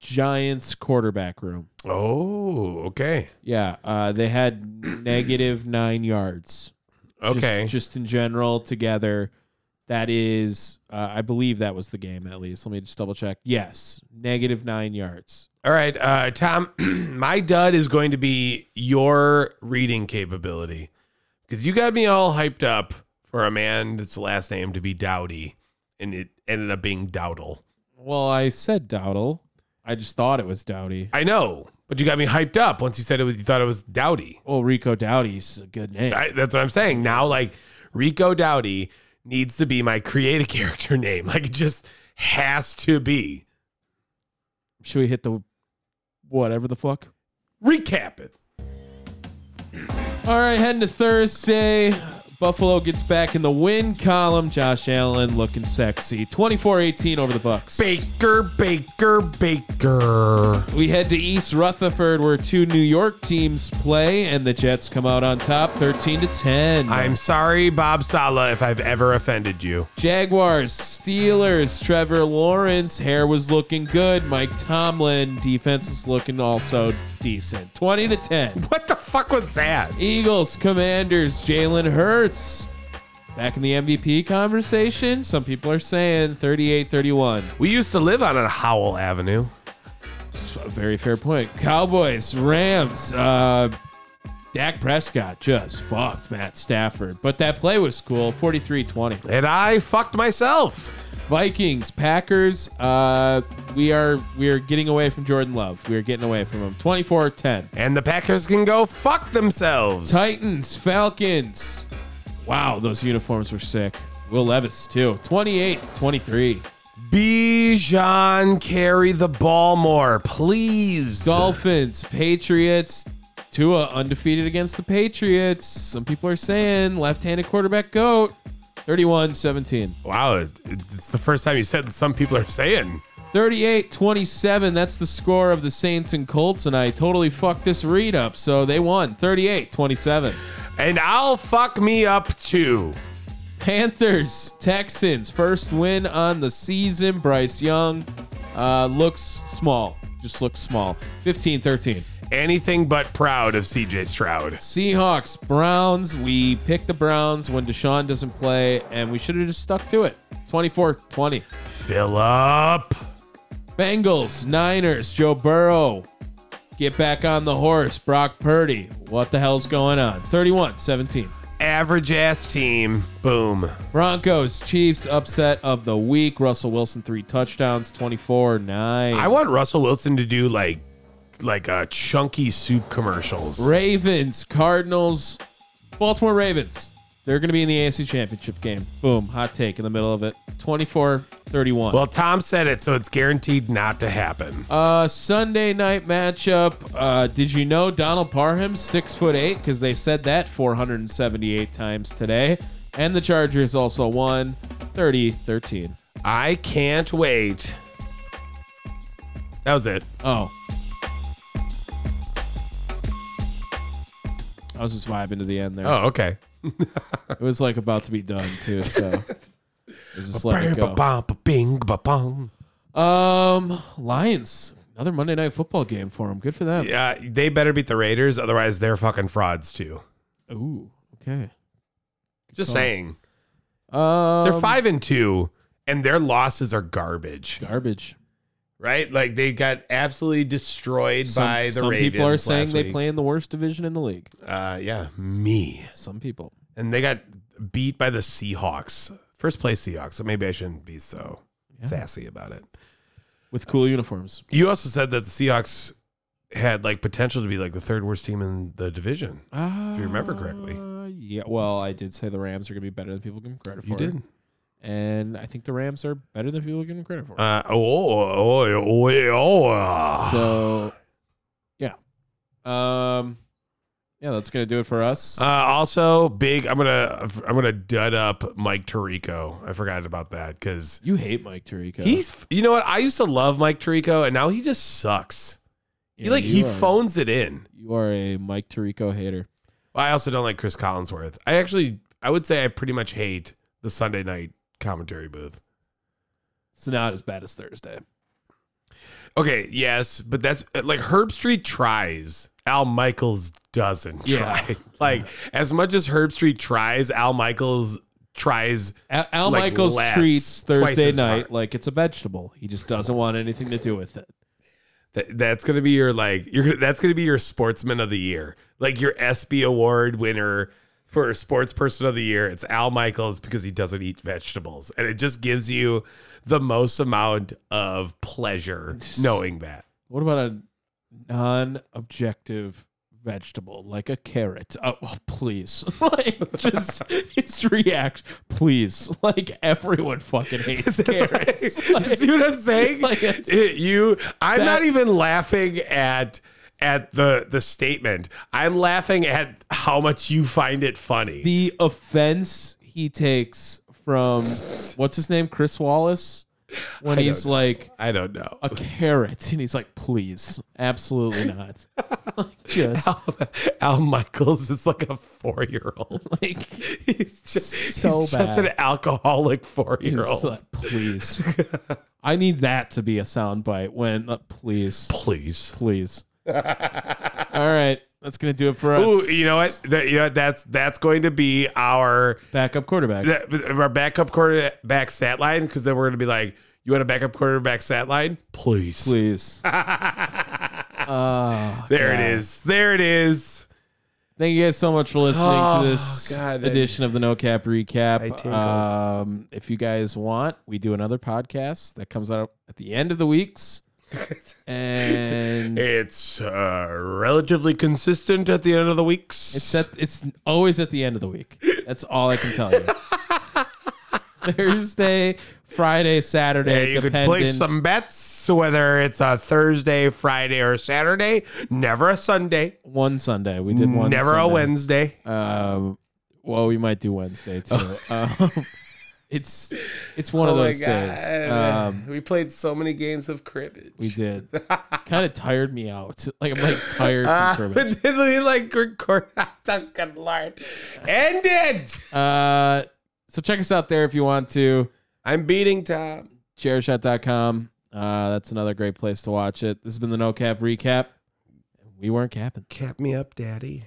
A: Giants quarterback room.
B: Oh, okay,
A: Yeah, uh, they had negative nine yards. Just-
B: okay.
A: Just, in general, together. That is, uh, I believe that was the game at least. Let me just double check. Yes, negative nine yards.
B: All right, uh, Tom. my dud is going to be your reading capability because you got me all hyped up for a man that's last name to be Dowdy, and it ended up being Dowdle.
A: Well, I said Dowdle. I just thought it was Dowdy.
B: I know, but you got me hyped up once you said it was. You thought it was Dowdy.
A: Well, Rico Dowdy's a good name.
B: I, that's what I'm saying. Now, like Rico Dowdy needs to be my creative character name. Like it just has to be.
A: Should we hit the whatever the fuck?
B: Recap it.
A: All right, heading to Thursday. Buffalo gets back in the win column. Josh Allen looking sexy. 24-18 over the Bucks.
B: Baker, Baker, Baker.
A: We head to East Rutherford where two New York teams play and the Jets come out on top 13 to 10.
B: I'm sorry, Bob Sala, if I've ever offended you.
A: Jaguars, Steelers, Trevor Lawrence, hair was looking good. Mike Tomlin, defense is looking also decent. 20 to 10.
B: What the fuck was that?
A: Eagles, Commanders, Jalen Hurts. Back in the MVP conversation, some people are saying 38 31.
B: We used to live on Howell Avenue.
A: A very fair point. Cowboys, Rams, uh, Dak Prescott just fucked Matt Stafford. But that play was cool 43 20.
B: And I fucked myself.
A: Vikings, Packers. Uh, we are we are getting away from Jordan Love. We are getting away from him. 24-10.
B: And the Packers can go fuck themselves.
A: Titans, Falcons. Wow, those uniforms were sick. Will Levis too. 28-23.
B: Bijan carry the ball more, please.
A: Dolphins, Patriots. Tua undefeated against the Patriots. Some people are saying left-handed quarterback goat. 31-17.
B: Wow, it- it's the first time you said that some people are saying.
A: 38 27. That's the score of the Saints and Colts, and I totally fucked this read up. So they won 38 27.
B: And I'll fuck me up too.
A: Panthers, Texans, first win on the season. Bryce Young uh, looks small, just looks small. 15 13.
B: Anything but proud of CJ Stroud.
A: Seahawks, Browns. We picked the Browns when Deshaun doesn't play, and we should have just stuck to it. 24 20.
B: Philip.
A: Bengals, Niners, Joe Burrow. Get back on the horse, Brock Purdy. What the hell's going on? 31 17.
B: Average ass team. Boom.
A: Broncos, Chiefs, upset of the week. Russell Wilson, three touchdowns, 24
B: I
A: 9.
B: want Russell Wilson to do like like uh chunky soup commercials.
A: Ravens, Cardinals, Baltimore Ravens. They're going to be in the AFC Championship game. Boom, hot take in the middle of it. 24 31.
B: Well, Tom said it, so it's guaranteed not to happen.
A: Uh, Sunday night matchup. Uh, did you know Donald Parham six foot eight? Because they said that 478 times today. And the Chargers also won 30-13.
B: I can't wait. That was it.
A: Oh, I was just vibing to the end there.
B: Oh, okay.
A: It was like about to be done too. So it was just let it go.
B: Bing ba bong.
A: Um, Lions. Another Monday night football game for them. Good for them.
B: Yeah, they better beat the Raiders, otherwise they're fucking frauds too.
A: Ooh. Okay.
B: Just
A: Oh.
B: saying.
A: Um,
B: They're five and two, and their losses are garbage.
A: Garbage.
B: Right? Like they got absolutely destroyed by the
A: some
B: Ravens.
A: people are saying
B: last
A: they
B: week.
A: play in the worst division in the league.
B: Uh, yeah, me.
A: Some people.
B: And they got beat by the Seahawks. First place Seahawks. So maybe I shouldn't be so sassy about it.
A: With cool uniforms.
B: You also said that the Seahawks had like potential to be like the third worst team in the division.
A: If
B: you remember correctly.
A: Ah, Yeah, well, I did say the Rams are going to be better than people give them credit for.
B: You did.
A: And I think the Rams are better than people give them credit for.
B: Uh, oh, oh, oh, oh, oh.
A: so, yeah. Um, yeah, that's going to do it for us.
B: Uh, also, big. I'm gonna I'm gonna dud up Mike Tirico. I forgot about that because
A: you hate Mike Tirico.
B: he's. You know what? I used to love Mike Tirico, and now he just sucks.
A: Yeah,
B: he like
A: you
B: he
A: are-
B: phones it in.
A: You are a Mike Tirico hater.
B: I also don't like Chris Collinsworth. I actually I would say I pretty much hate the Sunday night commentary booth.
A: It's not as bad as Thursday.
B: Okay, yes, but that's like Herb Street tries. Al Michaels doesn't
A: Yeah.
B: try. Like as much as Herb Street tries, Al Michaels tries.
A: Al, Al
B: Like
A: Michaels
B: less,
A: treats
B: twice
A: Thursday
B: as
A: night
B: hard.
A: like it's a vegetable. He just doesn't want anything to do with it.
B: That, that's gonna be your like. You're gonna- that's gonna be your Sportsman of the Year, like your ESPY award winner for sports person of the year. It's Al Michaels because he doesn't eat vegetables, and it just gives you the most amount of pleasure knowing that.
A: What about a non-objective vegetable like a carrot? Oh, oh, please, like just his reaction. Please, like everyone fucking hates carrots. Like,
B: See what I'm saying?
A: Like it's-
B: It- you, I'm
A: That-
B: not even laughing at at the the statement. I'm laughing at how much you find it funny.
A: the offense he takes from what's his name, Chris Wallace, when he's
B: know.
A: like
B: I don't know.
A: a carrot, and he's like, please, absolutely not. like, just
B: Al, Al Michaels is like a four year old.
A: like,
B: He's just,
A: So
B: he's just an
A: bad.
B: alcoholic four year
A: just
B: old.
A: like, please. I need that to be a soundbite when uh, please.
B: Please.
A: please. All right, that's gonna do it for us.
B: Ooh, you know what? That- you know what? that's that's going to be our
A: Backup quarterback.
B: that- our backup quarterback stat line because then we're gonna be like, you want a backup quarterback stat line? Please.
A: Please. Ah,
B: There
A: God.
B: it is. There it is.
A: Thank you guys so much for listening
B: Oh,
A: to this
B: God, I-
A: edition of the No Cap
B: I
A: Recap.
B: tingled.
A: Um, if you guys want, we do another podcast that comes out at the end of the weeks. And
B: It's uh, relatively consistent at the end of the weeks.
A: It's at, it's always at the end of the week. That's all I can tell you. Thursday, Friday,
B: Yeah,
A: Saturday.
B: you could place
A: dependent.
B: some bets whether it's a Thursday, Friday, or Saturday. Never a Sunday.
A: one Sunday. We did one.
B: never a
A: Sunday.
B: Wednesday.
A: Um, well, we might do Wednesday too. um, it's it's one
B: Oh
A: of those days. Um,
B: we played so many games of cribbage.
A: we did. kind of tired me out. Like I'm like tired
B: Ah.
A: from cribbage.
B: did we like record? Oh, good lord! End it.
A: Uh, so check us out there if you want to.
B: I'm beating Tom.
A: Chairshot.com. Uh, that's another great place to watch it. This has been the No Cap Recap. We weren't capping.
B: Cap me up, Daddy.